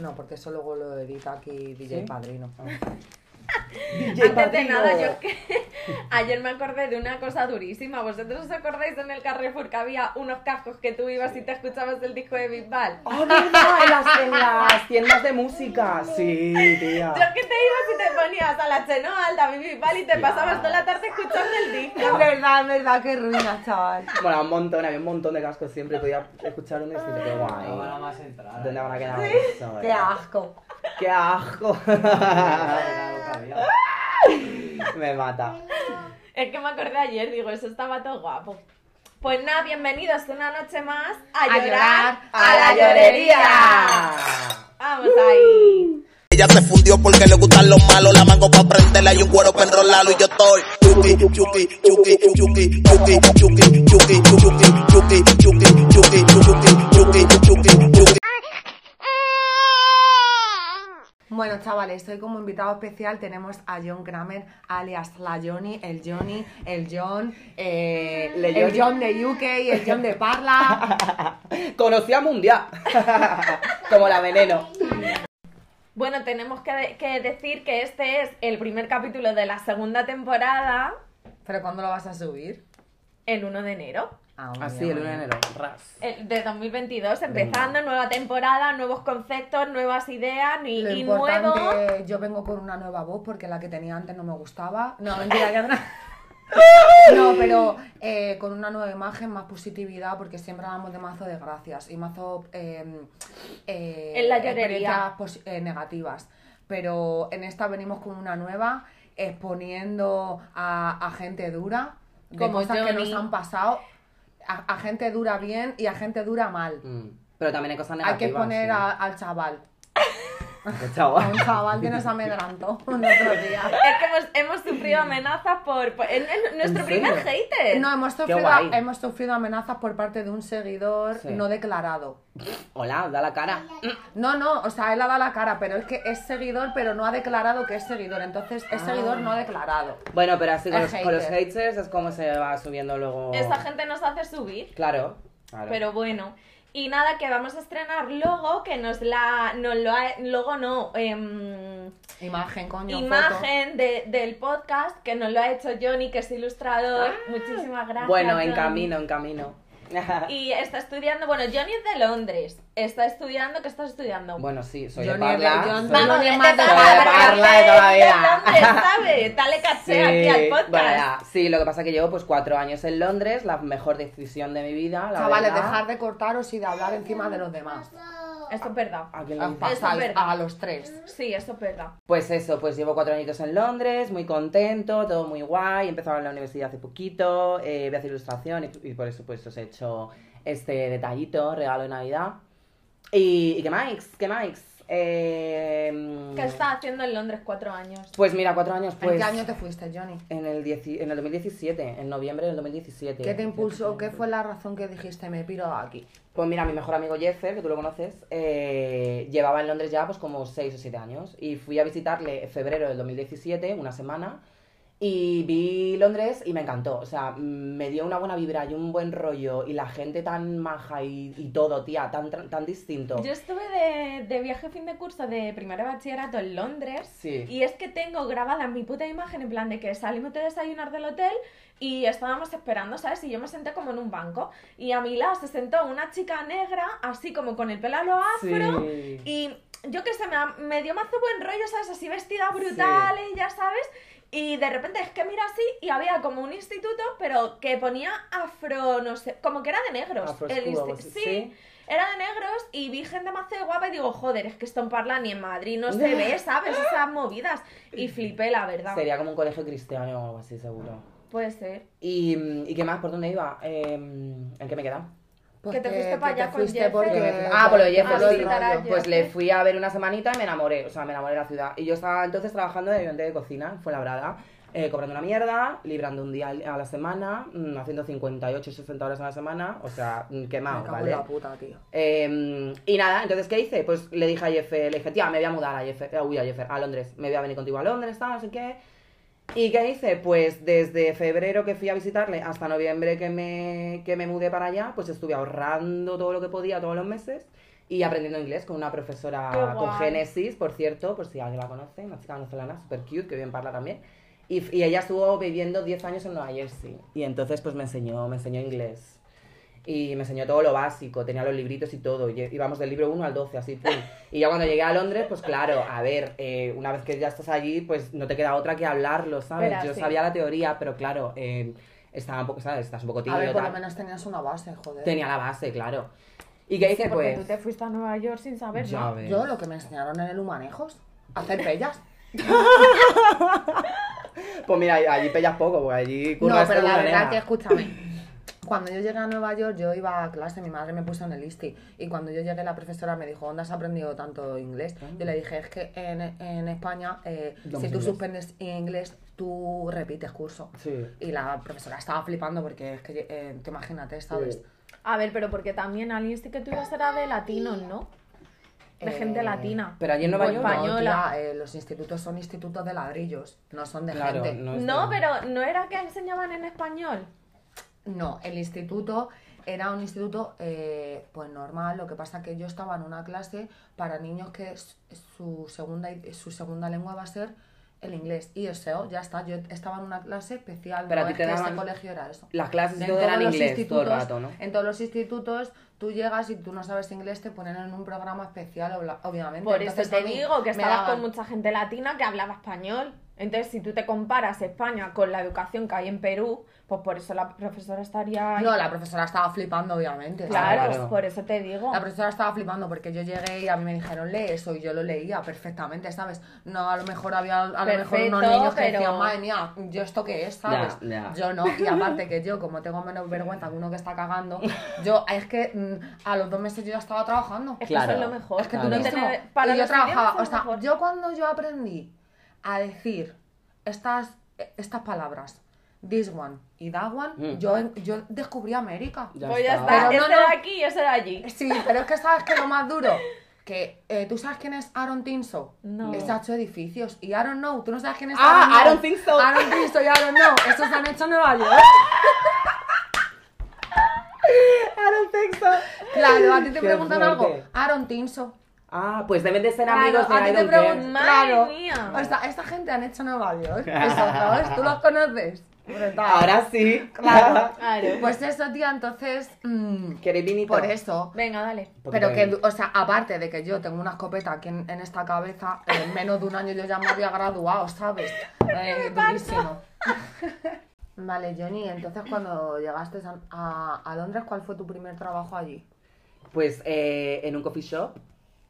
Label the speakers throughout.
Speaker 1: No, porque eso luego lo edita aquí DJ
Speaker 2: ¿Sí?
Speaker 1: Padrino.
Speaker 2: DJ
Speaker 3: Antes de
Speaker 2: Padrino.
Speaker 3: nada, yo es que ayer me acordé de una cosa durísima. ¿Vosotros os acordáis en el Carrefour que había unos cascos que tú ibas y te escuchabas el disco de Big Bang?
Speaker 2: ¡Ah, verdad! En las, en las tiendas de música. Sí, tía.
Speaker 3: Yo que te ibas y te ponías a la Chenoa, al David Bisbal y te pasabas toda la tarde escuchando el disco.
Speaker 1: Es verdad, Ah, es verdad, qué ruina, chaval.
Speaker 2: Bueno, un montón, había un montón de cascos siempre. Podía escuchar uno y decirte, qué
Speaker 4: No van a
Speaker 2: guay.
Speaker 4: más entrar.
Speaker 2: ¿Dónde van a quedar eso?
Speaker 1: Qué asco.
Speaker 2: ¡Qué asco!
Speaker 4: quedar?
Speaker 2: Me mata.
Speaker 3: Es que me acordé ayer, digo, eso estaba todo guapo. Pues nada, bienvenidos una noche más a,
Speaker 1: A
Speaker 3: llorar,
Speaker 1: llorar
Speaker 3: a la llorería. Vamos ahí.
Speaker 5: Ella se fundió porque le gustan los malos, la mango pa' prenderla y un cuero pa' enrolarlo y yo estoy chuki, chuki, chuki, chuki, chuki, chuki, chuki, chuki, chuki, chuki, chuki, chuki, chuki, chuki, chuki.
Speaker 1: Bueno, chavales, hoy como invitado especial tenemos a John Kramer, alias la Johnny, el Johnny, el John, eh,
Speaker 2: Le
Speaker 1: el
Speaker 2: Johnny.
Speaker 1: John de UK, el John de Parla.
Speaker 2: Conocía mundial. Como la veneno.
Speaker 3: Bueno, tenemos que, de- que decir que este es el primer capítulo de la segunda temporada
Speaker 1: ¿Pero cuándo lo vas a subir?
Speaker 3: el 1 de enero.
Speaker 1: Ah, un
Speaker 2: Así,
Speaker 1: día,
Speaker 2: el 1 de
Speaker 1: bueno.
Speaker 2: enero. Ras.
Speaker 3: el- de 2022, empezando nueva temporada, nuevos conceptos, nuevas ideas y,
Speaker 1: Lo
Speaker 3: y
Speaker 1: importante,
Speaker 3: nuevo.
Speaker 1: yo vengo con una nueva voz porque la que tenía antes no me gustaba. No, mentira, ya no. No, pero eh, con una nueva imagen, más positividad, porque siempre hablamos de mazo de gracias y mazo. eh, eh,
Speaker 3: En la llorería.
Speaker 1: experiencias posi- eh, negativas. Pero en esta venimos con una nueva, exponiendo a, a gente dura, de
Speaker 3: Como
Speaker 1: cosas que
Speaker 3: Johnny.
Speaker 1: nos han pasado, a, a gente dura bien y a gente dura mal.
Speaker 2: Mm. Pero también hay cosas
Speaker 1: Hay
Speaker 2: negativas.
Speaker 1: que exponer
Speaker 2: sí.
Speaker 1: a- al chaval.
Speaker 2: Qué
Speaker 1: A un
Speaker 2: chaval.
Speaker 1: chaval que nos amedrantó un otro día.
Speaker 3: Es que hemos, hemos sufrido amenazas por. por- en- en nuestro
Speaker 2: Mm. ¿En
Speaker 3: primer
Speaker 2: serio?
Speaker 3: hater.
Speaker 1: No, hemos
Speaker 2: Eh, Qué
Speaker 1: sufrido,
Speaker 2: guay.
Speaker 1: hemos sufrido amenazas por parte de un seguidor
Speaker 2: Sí.
Speaker 1: no declarado.
Speaker 2: Hola, da la cara.
Speaker 1: No, no, o sea, él ha dado la cara, pero es que es seguidor, pero no ha declarado que es seguidor. Entonces, es
Speaker 2: Ah.
Speaker 1: seguidor no declarado.
Speaker 2: Bueno, pero así con
Speaker 1: El
Speaker 2: los, con los
Speaker 1: hater.
Speaker 2: haters es como se va subiendo luego.
Speaker 3: Esa gente nos hace subir,
Speaker 2: Claro. claro.
Speaker 3: pero bueno. Y nada, que vamos a estrenar logo, que nos la. Nos lo ha- logo no. em,
Speaker 1: Imagen, coño.
Speaker 3: imagen de- del podcast, que nos lo ha hecho Johnny, que es ilustrador. Muchísimas gracias.
Speaker 2: Ah. bueno, en
Speaker 3: Johnny.
Speaker 2: camino, en camino.
Speaker 3: Y está estudiando, bueno, Johnny es de Londres. Está estudiando, ¿qué estás estudiando?
Speaker 2: bueno, sí, soy
Speaker 1: Yo
Speaker 2: de
Speaker 1: ni de-
Speaker 2: Parla.
Speaker 1: yo no-
Speaker 2: soy-
Speaker 1: Vamos,
Speaker 3: que
Speaker 1: Soy
Speaker 3: te
Speaker 1: de Parla
Speaker 3: toca
Speaker 2: de toda la
Speaker 3: de
Speaker 2: vida.
Speaker 3: Londres, ¿sabes? Dale caché aquí al podcast.
Speaker 2: bueno, ya, sí, lo que pasa es que llevo pues cuatro años en Londres, la mejor decisión de mi vida. La
Speaker 1: Chavales,
Speaker 2: verdad.
Speaker 1: dejar de cortaros y de hablar encima de los demás.
Speaker 3: Eso es verdad.
Speaker 2: ¿A quién le
Speaker 1: Os
Speaker 2: dices?
Speaker 1: pasáis
Speaker 3: verdad.
Speaker 1: a los tres.
Speaker 3: Sí, eso es verdad.
Speaker 2: Pues eso, pues llevo cuatro añitos en Londres, muy contento, todo muy guay. He empezado en la universidad hace poquito, eh, voy a hacer ilustración y, y por eso pues os he hecho este detallito, regalo de Navidad. Y, y qué más, qué más. Eh,
Speaker 3: ¿Qué estás haciendo en Londres cuatro años?
Speaker 2: Pues mira, cuatro años pues.
Speaker 1: ¿En qué año te fuiste, Johnny?
Speaker 2: En el, dieci- en el 2017, en noviembre del 2017.
Speaker 1: ¿Qué te impulsó? ¿Qué fue la razón que dijiste me piro de aquí?
Speaker 2: Pues mira, mi mejor amigo Jeffer, que tú lo conoces, eh, llevaba en Londres ya pues como 6 o 7 años. Y fui a visitarle en febrero del 2017, una semana, y vi Londres y me encantó. O sea, mm, me dio una buena vibra y un buen rollo, y la gente tan maja y, y todo, tía, tan, tra- tan distinto.
Speaker 3: Yo estuve de, de viaje fin de curso de primer bachillerato en Londres
Speaker 2: Sí.
Speaker 3: y es que tengo grabada mi puta imagen en plan de que salimos de desayunar del hotel y estábamos esperando, ¿sabes? Y yo me senté como en un banco y a mi lado se sentó una chica negra así como con el pelo a lo afro
Speaker 2: Sí.
Speaker 3: Y yo que sé, me, ha- me dio mazo buen rollo, ¿sabes? Así vestida brutal, y ya sabes. Y de repente es que mira así y había como un instituto, pero que ponía afro, no sé, como que era de negros.
Speaker 2: Afro
Speaker 3: el
Speaker 2: school,
Speaker 3: insti-
Speaker 2: sí.
Speaker 3: sí, era de negros y vi gente más de guapa y digo, joder, es que esto en Parla ni en Madrid no se ve, ¿sabes? Esas movidas. Y flipé, la verdad.
Speaker 2: Sería como un colegio cristiano o algo así, seguro.
Speaker 3: Puede ser.
Speaker 2: ¿Y, mm, ¿y qué más? ¿Por dónde iba? Eh, ¿En qué me queda?
Speaker 1: Pues
Speaker 3: Que te fuiste pa'
Speaker 1: que te
Speaker 3: allá con
Speaker 1: fuiste
Speaker 3: Jeffer.
Speaker 1: porque-
Speaker 2: Que me fui- ah, por lo de
Speaker 3: Jeffer,
Speaker 2: Jeff,
Speaker 3: Ah,
Speaker 2: sí.
Speaker 3: visitar a Jeff.
Speaker 2: Pues le fui a ver una semanita y me enamoré, o sea, me enamoré de la ciudad. Y yo estaba entonces trabajando de ayudante de cocina, fue labrada, cobrando una mierda, librando un día al- a la semana, mm, haciendo 58, 60 horas a la semana, o sea, mm,
Speaker 1: Me
Speaker 2: quemado,
Speaker 1: cago en
Speaker 2: ¿vale?
Speaker 1: la puta, tío.
Speaker 2: Eh, y nada, entonces, ¿qué hice? Pues le dije a Jeff, le dije, tía, me voy a mudar a Jeff, uy, a Jeff, a Londres, me voy a venir contigo a Londres, tal, no sé qué. ¿Y qué hice? Pues desde febrero que fui a visitarle hasta noviembre que me, que me mudé para allá, pues estuve ahorrando todo lo que podía todos los meses y aprendiendo inglés con una
Speaker 3: Qué
Speaker 2: profesora
Speaker 3: guay.
Speaker 2: con Génesis, por cierto, por si alguien la conoce, una chica venezolana, super cute, que bien parla también. Y, f- y ella estuvo viviendo 10 años en Nueva Jersey. Y entonces pues me enseñó, me enseñó inglés. Y me enseñó todo lo básico, tenía los libritos y todo. y- Íbamos del libro 1 al 12, así. pum. Y ya cuando llegué a Londres, pues claro, a ver, eh, una vez que ya estás allí, pues no te queda otra que hablarlo, ¿sabes?
Speaker 3: Verás,
Speaker 2: Yo
Speaker 3: sí.
Speaker 2: sabía la teoría, pero claro, eh, estaba un poco, ¿sabes? Estás un poco tímido.
Speaker 1: A ver, por lo
Speaker 2: tal.
Speaker 1: menos tenías una base, joder.
Speaker 2: Tenía la base, claro. ¿Y qué hice,
Speaker 3: Porque
Speaker 2: pues?
Speaker 3: tú te fuiste a Nueva York sin saber,
Speaker 2: Ya
Speaker 3: ¿no?
Speaker 2: ves.
Speaker 1: Yo lo que me enseñaron en el Humanejos, hacer pellas.
Speaker 2: Pues mira, allí pellas poco, porque allí
Speaker 1: No,
Speaker 2: curvas
Speaker 1: pero
Speaker 2: de
Speaker 1: la
Speaker 2: una
Speaker 1: verdad
Speaker 2: nena.
Speaker 1: que escúchame. Cuando yo llegué a Nueva York, yo iba a clase, mi madre me puso en el ISTI. Y cuando yo llegué, la profesora me dijo, ¿dónde has aprendido tanto inglés?
Speaker 2: Ah.
Speaker 1: Yo le dije, es que en, en España, eh, si tú
Speaker 2: Damos inglés.
Speaker 1: suspendes inglés, tú repites curso.
Speaker 2: Sí.
Speaker 1: Y la profesora estaba flipando porque es que, eh, te imagínate, ¿sabes?
Speaker 2: Sí.
Speaker 3: A ver, pero porque también al ISTI que tú ibas era de latinos, ¿no? De
Speaker 1: Eh,
Speaker 3: gente latina.
Speaker 2: Pero allí en Nueva
Speaker 3: O
Speaker 2: York no,
Speaker 3: española.
Speaker 1: No, tía, eh, los institutos son institutos de ladrillos, no son de
Speaker 2: Claro,
Speaker 1: gente.
Speaker 2: no
Speaker 3: No,
Speaker 2: es de-
Speaker 3: pero no era que enseñaban en español.
Speaker 1: No, el instituto era un instituto eh, pues normal, lo que pasa que yo estaba en una clase para niños que s- su segunda, su segunda lengua va a ser el inglés y el SEO, ya está, yo estaba en una clase especial,
Speaker 2: Pero a
Speaker 1: no
Speaker 2: ti
Speaker 1: es
Speaker 2: te
Speaker 1: que
Speaker 2: daban-
Speaker 1: este colegio era eso.
Speaker 2: Las clases
Speaker 1: En
Speaker 2: todo
Speaker 1: todos
Speaker 2: eran
Speaker 1: los
Speaker 2: inglés todo el
Speaker 1: institutos-
Speaker 2: rato, ¿no?
Speaker 1: En todos los institutos tú llegas y tú no sabes inglés, te ponen en un programa especial, obla- obviamente.
Speaker 3: Por
Speaker 1: Entonces,
Speaker 3: eso te
Speaker 1: a mí
Speaker 3: digo que
Speaker 1: me
Speaker 3: estabas
Speaker 1: daban-
Speaker 3: con mucha gente latina que hablaba español. Entonces, si tú te comparas España con la educación que hay en Perú, pues por eso la profesora estaría... ahí.
Speaker 1: No, la profesora estaba flipando, obviamente.
Speaker 3: Claro, pues
Speaker 2: Claro.
Speaker 3: por eso te digo.
Speaker 1: La profesora estaba flipando porque yo llegué y a mí me dijeron lee eso y yo lo leía perfectamente, ¿sabes? No, a lo mejor había a lo mejor
Speaker 3: Perfecto,
Speaker 1: unos niños que
Speaker 3: pero-
Speaker 1: decían, madre mía, ¿yo esto qué es? ¿Sabes?
Speaker 2: Ya, ya.
Speaker 1: Yo no, y aparte que yo, como tengo menos vergüenza que uno que está cagando, yo es que mm, a los dos meses yo ya estaba trabajando.
Speaker 3: Es
Speaker 2: Claro.
Speaker 3: que eso es lo mejor.
Speaker 2: Es que tú
Speaker 3: no
Speaker 2: no
Speaker 1: Buenísimo.
Speaker 3: tener- para
Speaker 1: y yo
Speaker 3: los idiomas
Speaker 1: trabajaba, o
Speaker 3: es lo
Speaker 1: sea,
Speaker 3: mejor.
Speaker 1: yo cuando yo aprendí a decir estas, eh, estas palabras, this one y that one,
Speaker 2: Mm.
Speaker 1: yo, yo descubrí América.
Speaker 2: Ya
Speaker 3: Pues ya
Speaker 2: está.
Speaker 3: está,
Speaker 1: Pero no,
Speaker 3: eso era
Speaker 1: no.
Speaker 3: aquí y eso era allí.
Speaker 1: Sí, pero es que sabes que lo más duro, que eh, tú sabes quién es Aaron Tinso.
Speaker 3: No.
Speaker 1: Que se ha hecho edificios. Y Aaron No, tú no sabes quién es
Speaker 2: Ah,
Speaker 1: Aaron
Speaker 2: Aaron
Speaker 1: No.
Speaker 2: Tinso.
Speaker 1: Aaron Tinso y Aaron No. Estos se han hecho en Nueva York.
Speaker 2: Aaron Texto.
Speaker 1: Claro, a ti te
Speaker 2: Qué
Speaker 1: preguntan
Speaker 2: fuerte.
Speaker 1: algo. Aaron Tinso.
Speaker 2: Ah, pues deben de ser
Speaker 1: Claro,
Speaker 2: amigos de
Speaker 1: a ti te
Speaker 2: Iron
Speaker 1: preguntan.
Speaker 2: Girl.
Speaker 3: Madre
Speaker 1: claro.
Speaker 3: mía.
Speaker 1: O sea, esta gente han hecho en Nueva York. Eso, ¿sabes? Tú los conoces. Brutal.
Speaker 2: Ahora sí.
Speaker 1: Claro.
Speaker 3: Claro.
Speaker 1: Pues eso, tía, entonces. mm,
Speaker 2: ¿Queréis vinito?
Speaker 1: por eso.
Speaker 3: Venga, dale.
Speaker 2: Un poquito
Speaker 1: Pero
Speaker 2: de
Speaker 1: que,
Speaker 2: vinito.
Speaker 1: o sea, aparte de que yo tengo una escopeta aquí en, en esta cabeza, en menos de un año yo ya me había graduado, ¿sabes? Eh, durísimo. Vale, Johnny, entonces cuando llegaste a, a- a Londres, ¿cuál fue tu primer trabajo allí?
Speaker 2: Pues eh, en un coffee shop,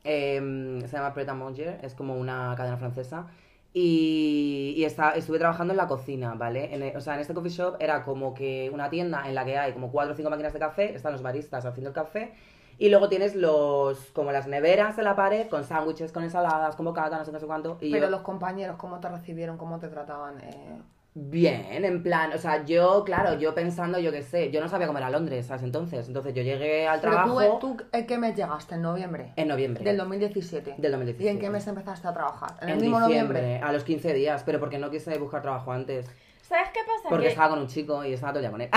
Speaker 2: eh, se llama Pret a Manger, es como una cadena francesa. Y, y esta- estuve trabajando en la cocina, ¿vale? En e- o sea, en este coffee shop era como que una tienda en la que hay como cuatro o cinco máquinas de café, están los baristas haciendo el café, y luego tienes los, como las neveras en la pared con sándwiches, con ensaladas, con bocata, no sé qué, no sé cuánto. Y
Speaker 1: Pero
Speaker 2: yo-
Speaker 1: los compañeros, ¿cómo te recibieron? ¿Cómo te trataban? Eh,
Speaker 2: Bien, en plan, o sea, yo, claro, yo pensando, yo qué sé, yo no sabía cómo era Londres, ¿sabes? Entonces, entonces yo llegué al
Speaker 1: Pero tú,
Speaker 2: trabajo
Speaker 1: eh, tú, ¿en qué mes llegaste? ¿En noviembre?
Speaker 2: en noviembre.
Speaker 1: Del 2017.
Speaker 2: Del 2017.
Speaker 1: ¿Y en qué mes empezaste a trabajar? En,
Speaker 2: En
Speaker 1: el mismo
Speaker 2: diciembre,
Speaker 1: noviembre.
Speaker 2: a los 15 días, pero porque no quise buscar trabajo antes.
Speaker 3: ¿Sabes qué pasa?
Speaker 2: Porque
Speaker 3: Que-
Speaker 2: estaba con un chico y estaba todo el día con él.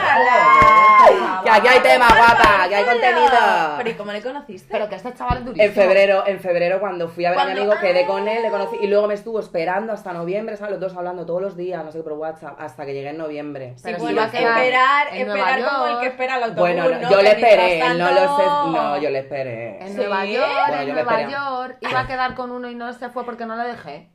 Speaker 3: ¡Hala!
Speaker 2: ¡Que aquí hay tema, guapa! ¡Que hay
Speaker 3: Pero ¿y
Speaker 2: contenido!
Speaker 3: cómo le conociste?
Speaker 1: Pero que este chaval es durísimo.
Speaker 2: En febrero, en febrero cuando fui a ver a mi
Speaker 3: Cuando- Ah.
Speaker 2: amigo, quedé con él, le conocí y luego me estuvo esperando hasta noviembre, ¿sabes? Los dos hablando todos los días, no sé qué, por WhatsApp, hasta que llegué en noviembre.
Speaker 1: Pero si
Speaker 3: bueno,
Speaker 1: va a quedar
Speaker 3: esperar,
Speaker 1: en Nueva
Speaker 3: esperar como el
Speaker 1: York.
Speaker 3: que espera el autobús.
Speaker 2: Bueno, no,
Speaker 3: ¿no?
Speaker 2: yo
Speaker 3: Que
Speaker 2: le
Speaker 3: mientras
Speaker 2: esperé, no lo sé,
Speaker 3: tanto-
Speaker 2: no, yo le esperé.
Speaker 1: En
Speaker 3: ¿Sí?
Speaker 1: Nueva York,
Speaker 2: Bueno, yo
Speaker 1: en
Speaker 2: me
Speaker 1: Nueva
Speaker 2: esperaba.
Speaker 1: York. Iba a quedar con uno y no se fue porque no le dejé.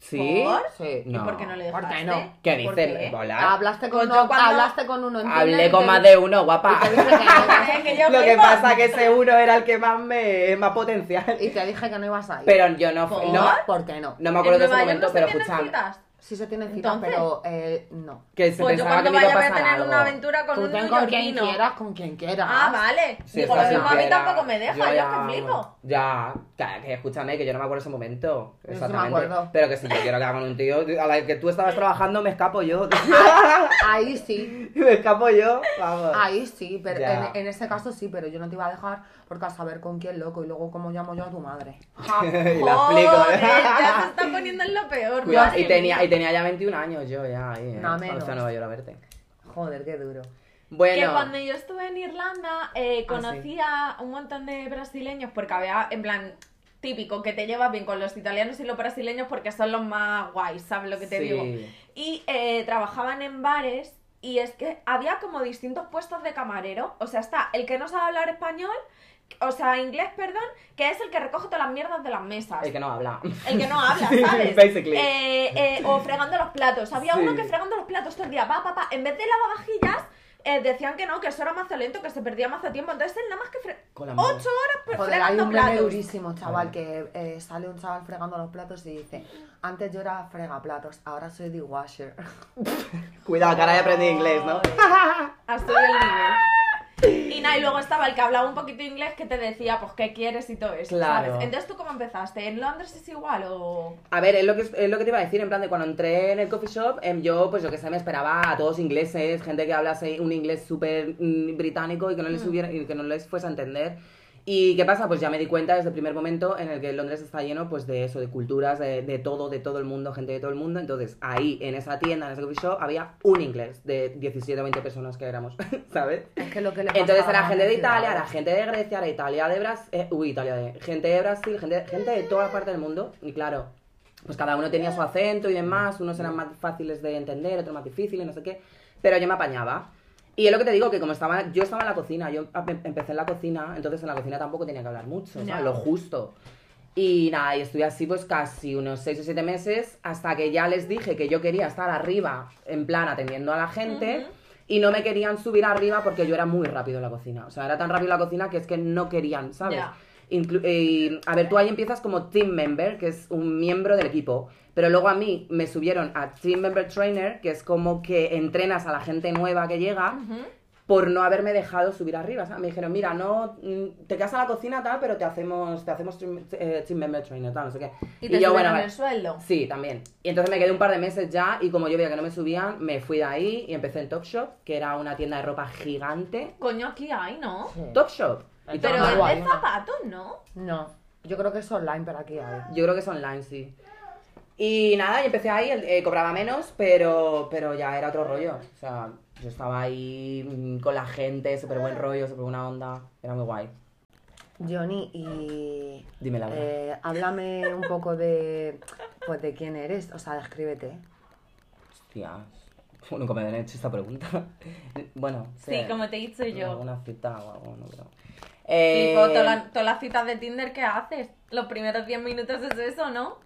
Speaker 2: ¿Sí?
Speaker 3: ¿Por?
Speaker 1: Sí.
Speaker 3: ¿Y por qué no le
Speaker 1: ¿Por qué
Speaker 3: dejaste?
Speaker 1: no?
Speaker 2: ¿Qué
Speaker 3: ¿Por
Speaker 2: dices?
Speaker 3: qué?
Speaker 2: Hola.
Speaker 1: Hablaste con,
Speaker 3: Pues yo
Speaker 1: uno,
Speaker 3: cuando-
Speaker 1: hablaste con uno en Tinder
Speaker 2: Hablé
Speaker 1: y
Speaker 2: con
Speaker 1: te-
Speaker 2: más de uno,
Speaker 1: y
Speaker 2: guapa.
Speaker 1: te dije que no-
Speaker 3: Es que yo
Speaker 2: Lo que
Speaker 3: flipo.
Speaker 2: pasa que ese uno era el que más me más potencial.
Speaker 1: Y te dije que no ibas a ir.
Speaker 2: Pero yo no fui.
Speaker 3: ¿Por?
Speaker 2: No,
Speaker 1: ¿Por qué no?
Speaker 2: no me
Speaker 3: ¿En
Speaker 2: acuerdo de ese
Speaker 3: Nueva York
Speaker 2: momento,
Speaker 3: no se
Speaker 2: pero
Speaker 3: tienen
Speaker 2: escuchame.
Speaker 3: citas?
Speaker 1: Sí se tiene cita,
Speaker 3: Entonces-
Speaker 1: pero eh, no.
Speaker 2: Que se
Speaker 3: Pues yo
Speaker 2: pensaba que
Speaker 3: cuando
Speaker 2: me iba a
Speaker 3: vaya voy a
Speaker 2: pasar
Speaker 3: tener
Speaker 2: algo.
Speaker 3: una aventura con
Speaker 1: Tú
Speaker 3: un
Speaker 1: ten con quien
Speaker 3: neoyorquino.
Speaker 1: quieras, con quien quieras.
Speaker 3: Ah, vale.
Speaker 2: Sí,
Speaker 3: Digo,
Speaker 2: esa
Speaker 3: si no, a mí
Speaker 2: sincera.
Speaker 3: tampoco me deja, yo,
Speaker 2: ya-
Speaker 3: que flipo.
Speaker 2: Ya, que, que escúchame, que yo no me acuerdo ese momento.
Speaker 1: sí me
Speaker 2: Exactamente.
Speaker 1: acuerdo.
Speaker 2: Pero que si yo quiero quedar con un tío a la que tú estabas trabajando, me escapo yo.
Speaker 1: Ahí sí,
Speaker 2: me escapo yo, vamos.
Speaker 1: ahí sí, pero
Speaker 2: Ya.
Speaker 1: en, en ese caso sí, pero yo no te iba a dejar porque a saber con quién loco y luego cómo llamo yo a tu madre.
Speaker 2: y la
Speaker 3: Joder, ya se
Speaker 2: explico.
Speaker 3: está poniendo en lo peor.
Speaker 2: Cuidado,
Speaker 3: madre
Speaker 2: y, tenía,
Speaker 3: mía.
Speaker 2: y tenía ya 21 años yo, ya ahí. eh.
Speaker 1: No,
Speaker 2: O sea,
Speaker 1: menos.
Speaker 2: Nueva York a verte.
Speaker 1: Joder, qué duro.
Speaker 2: Bueno. Ah,
Speaker 3: Que cuando yo estuve en Irlanda eh, conocía un montón de brasileños porque había, en plan, típico, que te llevas bien con los italianos y los brasileños porque son los más guays, ¿sabes lo que te
Speaker 2: sí.
Speaker 3: digo? Y eh, trabajaban en bares y es que había como distintos puestos de camarero. O sea, está el que no sabe hablar español, o sea, inglés, perdón, que es el que recoge todas las mierdas de las mesas.
Speaker 2: El que no habla.
Speaker 3: El que no habla, ¿sabes?
Speaker 2: Basically.
Speaker 3: Eh, eh, o fregando los platos. Había
Speaker 2: Sí.
Speaker 3: uno que fregando los platos todo el día, pa, pa, pa. En vez de lavavajillas, eh, decían que no, que eso era mazo lento, que se perdía mazo tiempo. Entonces él nada más que fre...
Speaker 2: Con la
Speaker 3: Ocho
Speaker 2: mano.
Speaker 3: horas pues,
Speaker 1: Joder, hay
Speaker 3: fregando
Speaker 1: un meme
Speaker 3: platos.
Speaker 1: durísimo, chaval, que eh, sale un chaval fregando los platos y dice, antes yo era fregaplatos, ahora soy dishwasher.
Speaker 2: Cuidado, cara de aprendí inglés, ¿no?
Speaker 3: Hasta el nivel. Y nada, y luego estaba el que hablaba un poquito inglés que te decía, pues, ¿qué quieres y todo eso?
Speaker 2: Claro.
Speaker 3: ¿sabes? Entonces, ¿tú cómo empezaste? ¿En Londres es igual o...?
Speaker 2: A ver, es lo, que, es lo que te iba a decir, en plan de cuando entré en el coffee shop, em, yo, pues yo que sé, me esperaba a todos ingleses, gente que hablase un inglés súper mm, británico y que no les hubiera- y que no les fuese a entender. ¿Y qué pasa? Pues ya me di cuenta desde el primer momento en el que Londres está lleno, pues de eso, de culturas, de, de todo, de todo el mundo, gente de todo el mundo. Entonces, ahí, en esa tienda, en ese coffee shop, había un inglés de 17 o 20 personas que éramos, ¿sabes?
Speaker 1: Es que lo que le pasa
Speaker 2: Entonces
Speaker 1: a la
Speaker 2: era gente de
Speaker 1: gente
Speaker 2: Italia,
Speaker 1: ahora.
Speaker 2: era gente de Grecia, era Italia de Brasil, uy, Italia de, gente de Brasil, gente, gente de toda parte del mundo, y claro, pues cada uno tenía su acento y demás, unos eran más fáciles de entender, otros más difíciles, no sé qué, pero yo me apañaba. Y es lo que te digo, que como estaba, yo estaba en la cocina, yo em- empecé en la cocina, entonces en la cocina tampoco tenía que hablar mucho, o sea,
Speaker 3: No.
Speaker 2: lo justo. Y nada, y estuve así pues casi unos 6 o 7 meses hasta que ya les dije que yo quería estar arriba, en plan atendiendo a la gente, y no me querían subir arriba porque yo era muy rápido en la cocina. O sea, era tan rápido en la cocina que es que no querían, ¿sabes?
Speaker 3: Ya.
Speaker 2: Inclu- eh, a ver, tú ahí empiezas como team member, que es un miembro del equipo, pero luego a mí me subieron a team member trainer, que es como que entrenas a la gente nueva que llega por no haberme dejado subir arriba. O sea, me dijeron, mira, no mm, te quedas en la cocina tal, pero te hacemos, te hacemos team, eh, team member trainer, tal, no sé qué.
Speaker 3: Y te
Speaker 2: yo,
Speaker 3: subieron
Speaker 2: bueno, vale.
Speaker 3: el sueldo.
Speaker 2: Sí, también. Y entonces me quedé un par de meses ya y como yo veía que no me subían, me fui de ahí y empecé en Top Shop, que era una tienda de ropa gigante.
Speaker 3: Coño, aquí hay, ¿no?
Speaker 2: Top Shop. Y
Speaker 3: Pero
Speaker 2: Top
Speaker 1: no,
Speaker 3: es
Speaker 2: Shop.
Speaker 1: no,
Speaker 3: de
Speaker 1: no.
Speaker 3: zapatos, ¿no?
Speaker 1: No, yo creo que es online, pero aquí hay.
Speaker 2: Yo creo que es online, sí. Y nada, y empecé ahí, el- eh, cobraba menos, pero, pero ya era otro rollo. O sea, yo estaba ahí mm, con la gente, súper
Speaker 3: Ah.
Speaker 2: buen rollo, súper buena onda. Era muy guay.
Speaker 1: Johnny, y
Speaker 2: Dime la verdad.
Speaker 1: eh, háblame un poco de, pues, de quién eres, o sea, descríbete.
Speaker 2: Hostias. Nunca me habían hecho esta pregunta. bueno,
Speaker 3: Sí, como te he dicho yo.
Speaker 2: Alguna cita o algo, no creo.
Speaker 3: Tipo,
Speaker 2: Eh,
Speaker 3: todas las- todas las citas de Tinder que haces, los primeros 10 minutos es eso, ¿no?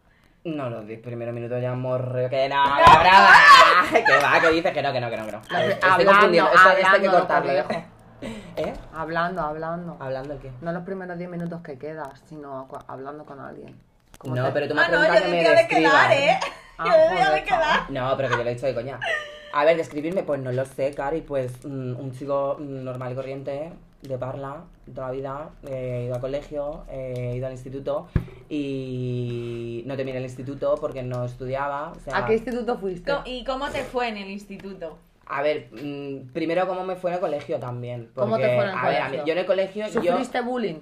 Speaker 2: No, los 10 primeros minutos ya morre. Que no, que brava. Que va, que dices que no, que no, que no, que no. Este, Estoy
Speaker 1: hablando,
Speaker 2: confundiendo, esto- esto este hay
Speaker 1: hablando,
Speaker 2: que
Speaker 1: no,
Speaker 2: cortarlo.
Speaker 1: pendejo.
Speaker 2: ¿Eh?
Speaker 1: Hablando, hablando.
Speaker 2: ¿Hablando el qué?
Speaker 1: No los primeros 10 minutos que quedas, sino cu- hablando con alguien. ¿Cómo
Speaker 2: No,
Speaker 1: te-
Speaker 2: pero tú me
Speaker 3: Ah,
Speaker 2: has
Speaker 3: no, yo
Speaker 2: preguntado que me pues
Speaker 3: debía de quedar, ¿eh?
Speaker 2: describas.
Speaker 1: Ah,
Speaker 3: yo debía de
Speaker 1: joder,
Speaker 3: quedar.
Speaker 2: No, pero que yo lo he dicho de coña. A ver, describirme, pues no lo sé, Cari. Pues mm, un chico mm, normal y corriente, de parla, de toda la vida. eh, he ido al colegio, eh, he ido al instituto y no terminé el instituto porque no estudiaba. O sea,
Speaker 1: ¿A qué instituto fuiste?
Speaker 3: Co- ¿Y cómo te fue en el instituto?
Speaker 2: A ver, mm, primero cómo me fue en el colegio también. Porque,
Speaker 1: ¿Cómo te fue en el
Speaker 2: a ver, a mí-
Speaker 1: colegio?
Speaker 2: yo en el colegio, yo...
Speaker 1: ¿Sufriste bullying?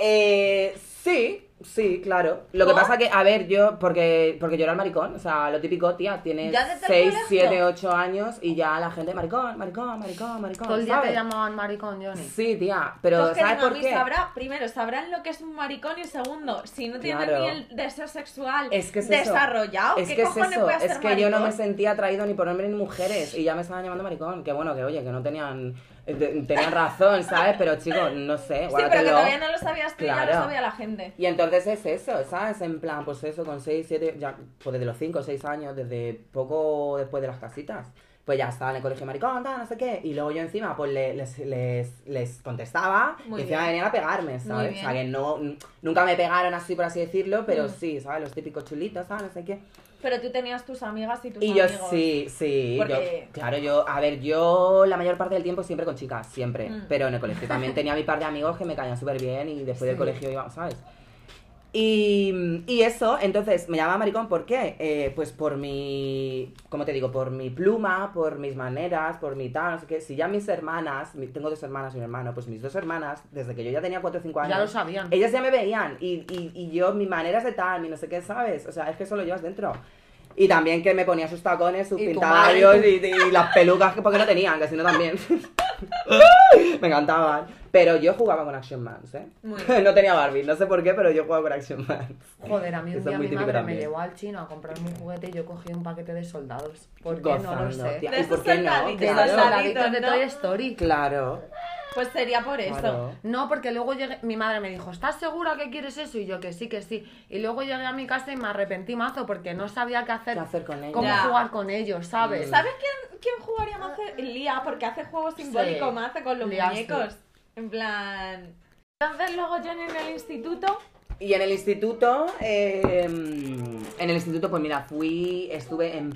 Speaker 2: Eh, sí, sí, claro. Lo que
Speaker 3: ¿Por?
Speaker 2: pasa que, a ver, yo, porque, porque yo era el maricón, o sea, lo típico, tía, tienes
Speaker 3: ¿Ya desde el
Speaker 2: 6,
Speaker 3: colegio?
Speaker 2: 7, 8 años y ya la gente, maricón, maricón, maricón, maricón.
Speaker 1: Todo el día
Speaker 2: ¿sabes?
Speaker 1: te llamaban maricón, Johnny.
Speaker 2: Sí, tía,
Speaker 3: Los
Speaker 2: pero
Speaker 3: que
Speaker 2: ¿sabes
Speaker 3: no
Speaker 2: por
Speaker 3: mí
Speaker 2: qué?
Speaker 3: Sabrá, primero, sabrán lo que es un maricón y segundo, si no tienen
Speaker 2: Claro.
Speaker 3: ni el deseo sexual
Speaker 2: Es que es eso.
Speaker 3: desarrollado,
Speaker 2: Es
Speaker 3: ¿qué
Speaker 2: que es
Speaker 3: cojones
Speaker 2: eso.
Speaker 3: puede
Speaker 2: Es
Speaker 3: hacer
Speaker 2: que yo no me
Speaker 3: maricón?
Speaker 2: sentía atraído ni por hombres ni mujeres. Y ya me estaban llamando maricón. Que bueno, que oye, que no tenían. eh, te- Tenían razón, ¿sabes? Pero chicos, no sé.
Speaker 3: Sí, pero que
Speaker 2: guárdatelo.
Speaker 3: todavía no lo sabías tú y ya
Speaker 2: Claro.
Speaker 3: lo sabía la gente.
Speaker 2: Y entonces es eso, ¿sabes? En plan, pues eso, con 6, 7, ya, pues desde los 5 o 6 años, desde poco después de las casitas, pues ya estaba en el colegio maricón, tal, no sé qué. Y luego yo encima, pues le- les, les, les contestaba
Speaker 3: Muy
Speaker 2: y encima
Speaker 3: bien.
Speaker 2: venían a pegarme, ¿sabes? O sea,
Speaker 3: bien. Mm.
Speaker 2: que no, nunca me pegaron así, por así decirlo, pero sí, ¿sabes? Los típicos chulitos, ¿sabes? No sé qué.
Speaker 3: Pero tú tenías tus amigas y tus
Speaker 2: Y yo
Speaker 3: amigos.
Speaker 2: sí, sí.
Speaker 3: Porque-
Speaker 2: yo- claro, yo, a ver, yo la mayor parte del tiempo siempre con chicas, siempre.
Speaker 3: Mm.
Speaker 2: Pero en el colegio también tenía mi par de amigos que me caían súper bien y después del colegio iba, ¿sabes? Y, y eso, entonces me llamaba maricón, ¿por qué? Eh, pues por mi, ¿cómo te digo? Por mi pluma, por mis maneras, por mi tal, no sé qué. Si ya mis hermanas, mi- tengo dos hermanas y un hermano, pues mis dos hermanas, desde que yo ya tenía 4 o 5 años,
Speaker 1: Ya lo sabían.
Speaker 2: ellas ya me veían y, y, y yo, mi manera es de tal, mi no sé qué, ¿sabes? O sea, es que eso lo llevas dentro. Y también que me ponía sus tacones, sus
Speaker 1: Y tu
Speaker 2: pintalabios
Speaker 1: madre,
Speaker 2: y, y las pelucas que porque no tenían, que si no también. me encantaban. Pero yo jugaba con Action Mans, ¿eh?
Speaker 3: Muy bien.
Speaker 2: no tenía Barbie, no sé por qué, pero yo jugaba con Action Mans.
Speaker 1: Joder, a mí un
Speaker 2: Eso es
Speaker 1: día
Speaker 2: muy
Speaker 1: mi
Speaker 2: típico
Speaker 1: madre
Speaker 2: también.
Speaker 1: me llevó al chino a comprarme un juguete y yo cogí un paquete de soldados. ¿Por qué?
Speaker 2: Gozando,
Speaker 1: No lo sé.
Speaker 2: tía.
Speaker 3: De
Speaker 2: ¿Y
Speaker 3: esos
Speaker 2: por qué no?
Speaker 3: soldaditos,
Speaker 1: De los
Speaker 2: Claro.
Speaker 1: soldaditos de
Speaker 3: ¿no?
Speaker 1: Toy Story.
Speaker 2: Claro.
Speaker 3: Pues sería por eso.
Speaker 2: claro.
Speaker 1: No, porque luego llegué, mi madre me dijo, ¿estás segura que quieres eso? Y yo que sí, que sí. Y luego llegué a mi casa y me arrepentí mazo porque no sabía qué hacer,
Speaker 2: ¿Qué hacer con Mm. ellos?
Speaker 1: cómo
Speaker 3: Ya.
Speaker 1: jugar con ellos, ¿sabes?
Speaker 3: ¿Sabes quién, quién jugaría
Speaker 2: Ah,
Speaker 3: más? de- Lía, porque hace juegos simbólicos más con los
Speaker 1: Lía, sí.
Speaker 3: muñecos. En plan. Entonces luego yo en el instituto.
Speaker 2: Y en el instituto, eh, en el instituto, pues mira, fui, estuve en,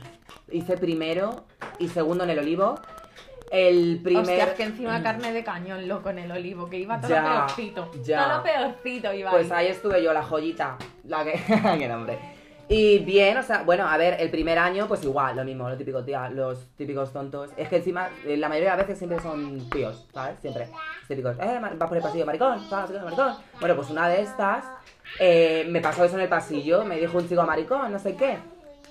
Speaker 2: hice primero y segundo en el Olivo. El primer... Mm.
Speaker 3: Hostia, que encima carne de cañón, loco, en el olivo, que iba todo
Speaker 2: Ya,
Speaker 3: peorcito.
Speaker 2: ya.
Speaker 3: Todo peorcito iba.
Speaker 2: Pues
Speaker 3: ahí.
Speaker 2: ahí estuve yo, la joyita. La que. qué nombre. Y bien, o sea, bueno, a ver, el primer año, pues igual, lo mismo, lo típico, tía, los típicos tontos. Es que encima, eh, la mayoría de las veces siempre son tíos, ¿sabes? Siempre. Los típicos, eh, ma- vas por el pasillo, maricón, vas por el maricón. Bueno, pues una de estas, eh, me pasó eso en el pasillo, me dijo un chico maricón, no sé qué.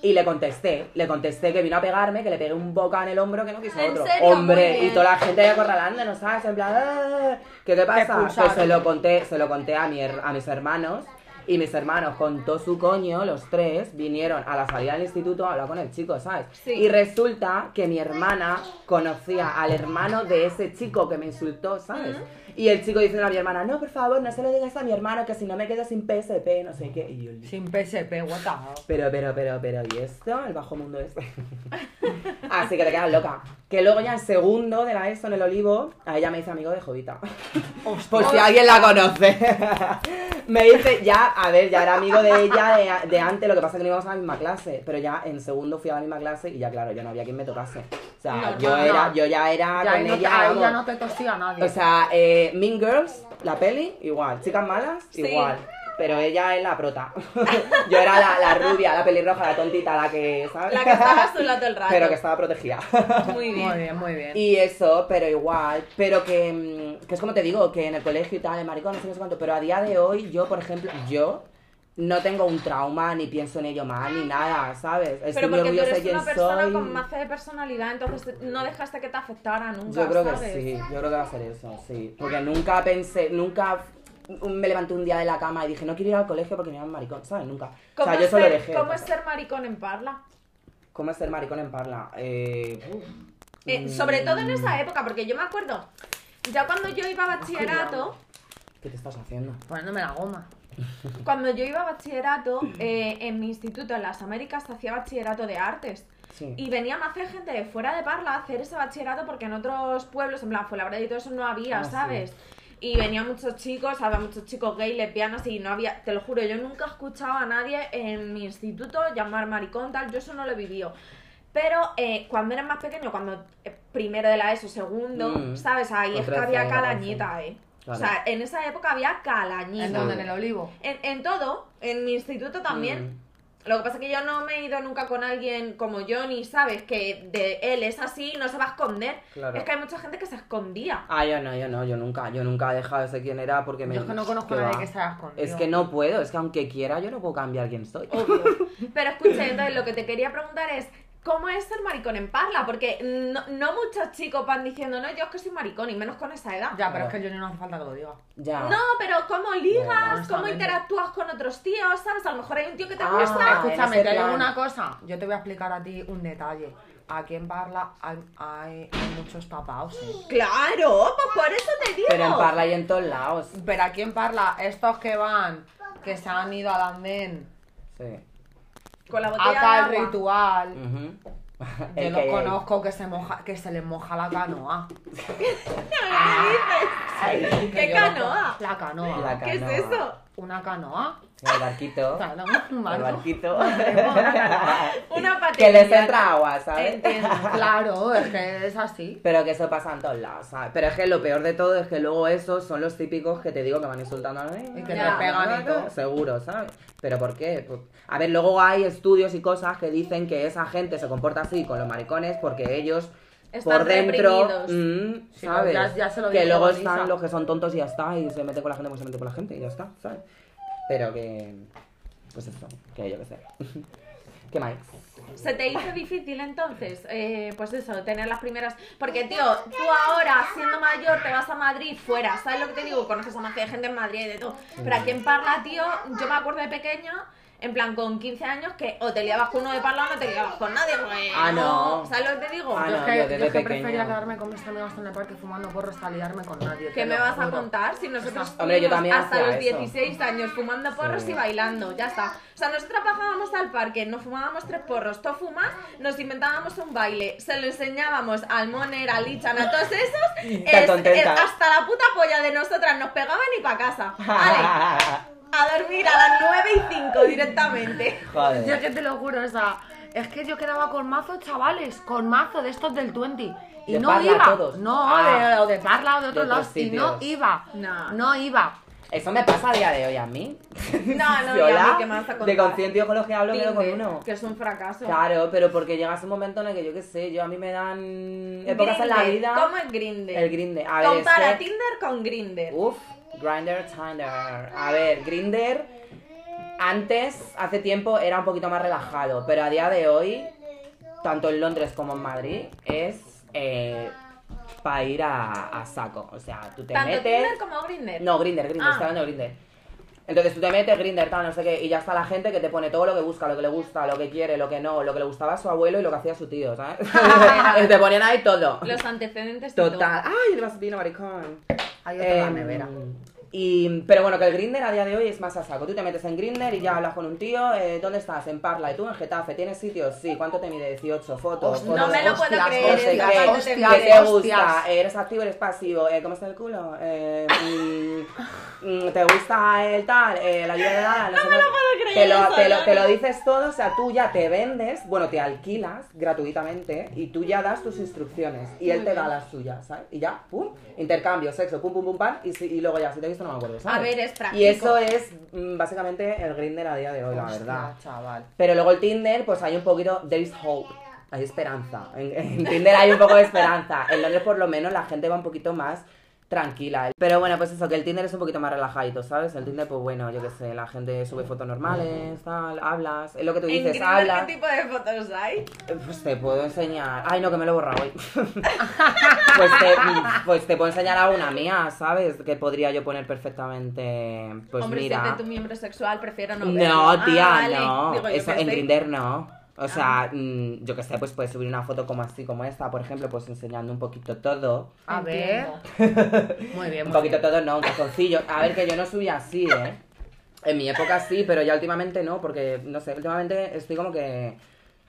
Speaker 2: Y le contesté, le contesté que vino a pegarme, que le pegué un boca en el hombro que no quiso
Speaker 3: ¿En
Speaker 2: otro.
Speaker 3: serio? Muy
Speaker 2: Hombre, y
Speaker 3: bien.
Speaker 2: toda la gente ahí acorralando, ¿no sabes? En plan, "Ah, ¿qué, qué pasa?
Speaker 1: expulsaron.
Speaker 2: Pues se lo conté, se lo conté a, mi her- a mis hermanos y mis hermanos con todo su coño, los tres, vinieron a la salida del instituto a hablar con el chico, ¿sabes?
Speaker 3: Sí.
Speaker 2: Y resulta que mi hermana conocía al hermano de ese chico que me insultó, ¿sabes? Y el chico diciendo a mi hermana, no, por favor, no se lo digas a mi hermano, que si no me quedo sin PSP, no sé qué. Y yo,
Speaker 1: Sin PSP, what the hell.
Speaker 2: pero, pero, pero, pero, ¿y esto? El bajo mundo este. Así que te quedas loca. Que luego ya el segundo de la ESO en el Olivo, a ella me hice amigo de Jovita. Por si alguien la conoce. me hice ya, a ver, ya era amigo de ella de, de antes, lo que pasa es que no íbamos a la misma clase. Pero ya en segundo fui a la misma clase y ya, claro, ya no había quien me tocase. O sea,
Speaker 3: No,
Speaker 2: yo,
Speaker 1: no,
Speaker 2: era,
Speaker 1: no.
Speaker 2: yo ya era
Speaker 1: Ya
Speaker 2: Ah, con
Speaker 1: ahí no, te-
Speaker 2: ella.
Speaker 1: ahí ya
Speaker 2: vamos.
Speaker 1: no te tosía nadie.
Speaker 2: O sea, eh, Mean Girls, la peli, igual. Chicas malas,
Speaker 3: Sí.
Speaker 2: igual. Pero ella es la prota. Yo era la, la rubia, la pelirroja, la tontita, la que, ¿sabes?
Speaker 3: La que estaba a su lado todo el rato.
Speaker 2: Pero este que estaba protegida.
Speaker 3: Muy bien.
Speaker 1: muy bien, muy bien.
Speaker 2: Y eso, pero igual. Pero que, mm, que es como te digo, que en el colegio y tal, el maricón, no sé, no sé cuánto. Pero a día de hoy, yo, por ejemplo, yo no tengo un trauma, ni pienso en ello más, ni nada, ¿sabes? Estoy
Speaker 3: Pero
Speaker 2: muy
Speaker 3: porque tú
Speaker 2: orgullosa de
Speaker 3: eres
Speaker 2: quién
Speaker 3: una persona
Speaker 2: soy.
Speaker 3: con mazo de personalidad, entonces no dejaste que te afectara nunca.
Speaker 2: Yo creo
Speaker 3: ¿sabes?
Speaker 2: que sí, yo creo que va a ser eso, sí. Porque nunca pensé, nunca me levanté un día de la cama y dije, no quiero ir al colegio porque me llaman maricón, ¿sabes? Nunca. O
Speaker 3: ¿Cómo,
Speaker 2: sea, yo
Speaker 3: es,
Speaker 2: solo
Speaker 3: ser,
Speaker 2: dejé.
Speaker 3: cómo es
Speaker 2: pasar.
Speaker 3: ser maricón en Parla?
Speaker 2: ¿Cómo es ser maricón en Parla? Eh, uf. Mm.
Speaker 3: Eh, sobre todo en esa época, porque yo me acuerdo, ya cuando yo iba a bachillerato,
Speaker 2: ¿Qué te estás haciendo?
Speaker 1: Poniéndome la goma.
Speaker 3: cuando yo iba a bachillerato, eh, en mi instituto, en las Américas, se hacía bachillerato de artes.
Speaker 2: Sí.
Speaker 3: Y venía más de gente de fuera de Parla a hacer ese bachillerato porque en otros pueblos, en plan Fuenlabrada y todo eso no había,
Speaker 2: Ah, sí.
Speaker 3: ¿sabes? Y venían muchos chicos, había muchos chicos gay, lesbianas y no había, te lo juro, yo nunca he escuchado a nadie en mi instituto llamar maricón, tal, yo eso no lo he vivido. Pero eh, cuando eres más pequeño, cuando eh, primero de la ESO, segundo,
Speaker 2: Mm.
Speaker 3: ¿sabes? Ahí
Speaker 2: O
Speaker 3: es que
Speaker 2: 13,
Speaker 3: había
Speaker 2: 14.
Speaker 3: calañita, ¿eh? O sea, en esa época había calañita.
Speaker 1: ¿En dónde? ¿En el olivo?
Speaker 3: En, en todo, en mi instituto también.
Speaker 2: Mm.
Speaker 3: Lo que pasa es que yo no me he ido nunca con alguien como Johnny, ¿sabes? Que de él es así, no se va a esconder.
Speaker 2: Claro.
Speaker 3: Es que hay mucha gente que se escondía.
Speaker 2: Ah, yo no, yo no, yo nunca, yo nunca he dejado de ser quien era porque me...
Speaker 1: Yo es que no conozco a
Speaker 2: ¿Qué
Speaker 1: nadie
Speaker 2: va?
Speaker 1: que se haya escondido.
Speaker 2: Es que no puedo, es que aunque quiera yo no puedo cambiar quién soy.
Speaker 3: Obvio. Pero escucha, entonces lo que te quería preguntar es, ¿cómo es ser maricón en Parla? Porque no, no muchos chicos van diciendo, no, yo es que soy maricón y menos con esa edad.
Speaker 1: Ya, pero es que yo no hace falta que lo diga.
Speaker 2: Ya.
Speaker 3: No, pero ¿cómo ligas? ¿Cómo
Speaker 1: honestamente.
Speaker 3: interactúas con otros tíos? ¿Sabes? A lo mejor hay un tío que te
Speaker 2: Ah,
Speaker 3: gusta.
Speaker 2: en
Speaker 1: Escúchame,
Speaker 2: ese
Speaker 1: te digo
Speaker 2: plan.
Speaker 1: una cosa. Yo te voy a explicar a ti un detalle. Aquí en Parla hay, hay- hay muchos tapaos. ¿eh?
Speaker 3: Claro, pues por eso te digo.
Speaker 2: Pero en Parla y en todos lados.
Speaker 1: Pero aquí en Parla, estos que van, que se han ido al andén,
Speaker 2: Sí.
Speaker 3: Con la botella de
Speaker 1: acá el
Speaker 3: agua.
Speaker 1: ritual,
Speaker 2: Ujú.
Speaker 1: yo
Speaker 2: El
Speaker 1: los
Speaker 2: que-
Speaker 1: conozco que se, moja, que se les moja la canoa.
Speaker 2: Ah,
Speaker 3: ¿Qué
Speaker 1: Que yo los con-
Speaker 3: canoa?
Speaker 1: La canoa.
Speaker 2: La
Speaker 3: ¿Qué es
Speaker 2: canoa.
Speaker 3: eso?
Speaker 1: Una canoa.
Speaker 2: El barquito.
Speaker 1: O sea, era un
Speaker 2: El
Speaker 1: barco.
Speaker 2: barquito.
Speaker 3: Una patería.
Speaker 2: que les entra agua, ¿sabes?
Speaker 3: Entiendo.
Speaker 1: Claro, es que es así.
Speaker 2: Pero que eso pasa en todos lados, ¿sabes? Pero es que lo peor de todo es que luego esos son los típicos que te digo que van insultando a la niña.
Speaker 1: Y que
Speaker 3: te
Speaker 1: pegan y todo.
Speaker 2: Seguro, ¿sabes? Pero ¿por qué? Pues- a ver, luego hay estudios y cosas que dicen que esa gente se comporta así con los maricones porque ellos
Speaker 3: Están
Speaker 2: por dentro,
Speaker 3: reprimidos.
Speaker 2: mm,
Speaker 1: Sí, no,
Speaker 2: ¿sabes?
Speaker 1: ya- ya se lo
Speaker 2: que
Speaker 1: dijo
Speaker 2: luego
Speaker 1: Lisa.
Speaker 2: están los que son tontos y ya está, y se mete con la gente porque se mete con la pues gente y ya está, ¿sabes? Pero que... Pues eso, que yo qué sé. ¿Qué más?
Speaker 3: ¿Se te hizo difícil entonces? eh, pues eso, tener las primeras. Porque, tío, tú ahora, siendo mayor, te vas a Madrid fuera. ¿Sabes lo que te digo? Conoces a más que gente en Madrid y de todo. Pero aquí en Parla, tío, yo me acuerdo de pequeña. En plan, con 15 años, que o te liabas con uno de Parla o no te liabas con nadie. porque
Speaker 2: Ah, no.
Speaker 3: ¿Sabes lo que te digo?
Speaker 2: Ah,
Speaker 1: Yo
Speaker 2: no,
Speaker 1: es que,
Speaker 2: yo
Speaker 1: yo
Speaker 2: desde
Speaker 1: es que
Speaker 2: pequeña.
Speaker 1: prefería quedarme con mis amigas en el parque fumando porros a liarme con nadie.
Speaker 3: ¿Qué
Speaker 1: te
Speaker 3: me
Speaker 1: lo
Speaker 3: vas a
Speaker 1: juro.
Speaker 3: contar si nosotros
Speaker 2: Hombre, yo
Speaker 3: fuimos
Speaker 2: también
Speaker 3: hasta
Speaker 2: hacía
Speaker 3: los
Speaker 2: eso.
Speaker 3: 16 años fumando porros
Speaker 2: Sí.
Speaker 3: y bailando? Ya está. O sea, nosotros bajábamos al parque, nos fumábamos tres porros, tú fumas, nos inventábamos un baile, se lo enseñábamos al Moner, al Lichan, a todos esos,
Speaker 2: Están contentas.
Speaker 3: hasta la puta polla de nosotras nos pegaban y pa' casa. Vale, a dormir a las 9 y 5 directamente.
Speaker 1: Yo es
Speaker 2: Joder.
Speaker 1: que te lo juro, o sea, es que yo quedaba con mazo, chavales, con mazo de estos del 20. Y
Speaker 2: De
Speaker 1: no
Speaker 2: Parla
Speaker 1: iba.
Speaker 2: todos.
Speaker 1: No,
Speaker 2: Ah.
Speaker 1: de, o de Parla o de otros
Speaker 2: otros
Speaker 1: lados. Y no
Speaker 2: sitios.
Speaker 1: iba.
Speaker 3: No.
Speaker 1: No iba.
Speaker 2: Eso me pasa a día de hoy a mí.
Speaker 3: No, no, y a
Speaker 2: Viola,
Speaker 3: mí, ¿qué me vas a
Speaker 2: De
Speaker 3: contar?
Speaker 2: con 100 tíos con los que hablo, quedo con
Speaker 3: Tinder,
Speaker 2: uno.
Speaker 3: Que es un fracaso.
Speaker 2: Claro, pero porque llegas un momento en el que yo qué sé, yo a mí me dan épocas en la
Speaker 3: Grindr,
Speaker 2: vida.
Speaker 3: ¿Cómo es Grindr?
Speaker 2: El Grindr. A ver, es
Speaker 3: Compara
Speaker 2: que-
Speaker 3: Tinder con Grindr.
Speaker 2: Uf, Grinder, Tinder. A ver, Grinder antes, hace tiempo, era un poquito más relajado, pero a día de hoy, tanto en Londres como en Madrid, es para ir a, a saco. O sea, tú te
Speaker 3: Tanto
Speaker 2: metes.
Speaker 3: Tinder como Grindr.
Speaker 2: No, Grinder, Grinder,
Speaker 3: Ah.
Speaker 2: está hablando de Grinder. Entonces tú te metes, Grinder, tal, no sé qué, y ya está la gente que te pone todo lo que busca, lo que le gusta, lo que quiere, lo que no, lo que le gustaba a su abuelo y lo que hacía su tío, ¿sabes?
Speaker 3: Ah,
Speaker 2: Y te ponían ahí todo.
Speaker 3: Los antecedentes. y
Speaker 2: Total. ¡Ay, el vino, maricón!
Speaker 1: Ahí otra la
Speaker 2: Em,
Speaker 1: nevera.
Speaker 2: Y, pero bueno, que el Grinder a día de hoy es más a saco. Tú te metes en Grinder y ya hablas con un tío. eh, ¿Dónde estás? En Parla. ¿Y tú en Getafe? ¿Tienes sitio? Sí. ¿Cuánto te mide? 18 fotos.
Speaker 1: Hostias,
Speaker 2: fotos,
Speaker 3: Pues No me lo puedo
Speaker 1: hostias,
Speaker 3: creer,
Speaker 2: no sé
Speaker 1: hostias,
Speaker 2: qué,
Speaker 1: hostias,
Speaker 2: ¿Qué te
Speaker 1: hostias.
Speaker 2: gusta? eh. ¿Eres activo? ¿Eres pasivo? Eh, ¿Cómo está el culo? Eh, mm, mm, ¿Te gusta el tal? Eh, ¿La ayuda de nada? No, sé qué.
Speaker 3: puedo creer
Speaker 2: Te lo,
Speaker 3: eso,
Speaker 2: te, lo,
Speaker 3: Lore.
Speaker 2: te lo dices todo, o sea, tú ya te vendes, bueno, te alquilas gratuitamente y tú ya das tus instrucciones y él te da las suyas, ¿sabes? Y ya, pum, intercambio, sexo, pum, pum, pum, pam, y, si- y luego ya, si te he visto no me acuerdo, ¿sabes?
Speaker 3: A ver, es
Speaker 2: Y
Speaker 3: práctico.
Speaker 2: eso es mm, básicamente el Grindr a día de hoy, la
Speaker 1: Hostia,
Speaker 2: verdad.
Speaker 1: chaval.
Speaker 2: Pero luego el Tinder, pues hay un poquito, there is hope, hay esperanza. En, en Tinder hay un poco de esperanza. En Londres por lo menos la gente va un poquito más tranquila. Pero bueno, pues eso, que el Tinder es un poquito más relajadito, ¿sabes? El Tinder, pues bueno, yo qué sé, la gente sube fotos normales, tal, hablas, es lo que tú
Speaker 3: ¿En
Speaker 2: dices,
Speaker 3: Grindr
Speaker 2: hablas.
Speaker 3: qué tipo de fotos hay?
Speaker 2: Eh, Pues te puedo enseñar. Ay, no, que me lo he borrado hoy. pues, te, pues te puedo enseñar alguna mía, ¿sabes? Que podría yo poner perfectamente. Pues
Speaker 3: Hombre,
Speaker 2: mira.
Speaker 3: si es de tu miembro sexual, prefiero no verlo.
Speaker 2: No,
Speaker 3: Ah,
Speaker 2: tía,
Speaker 3: vale.
Speaker 2: no.
Speaker 3: Digo, yo
Speaker 2: Eso
Speaker 3: pensé. Ah.
Speaker 2: en Grindr no. O sea, mm, yo que sé, pues puedes subir una foto como así, como esta, por ejemplo, pues enseñando un poquito todo.
Speaker 1: A ver.
Speaker 3: Entiendo.
Speaker 1: Muy bien,
Speaker 2: Un
Speaker 1: muy
Speaker 2: poquito
Speaker 1: bien.
Speaker 2: todo, no, un calzoncillo. A ver, que yo no subía así, ¿eh? En mi época sí, pero ya últimamente no, porque, no sé, últimamente estoy como que...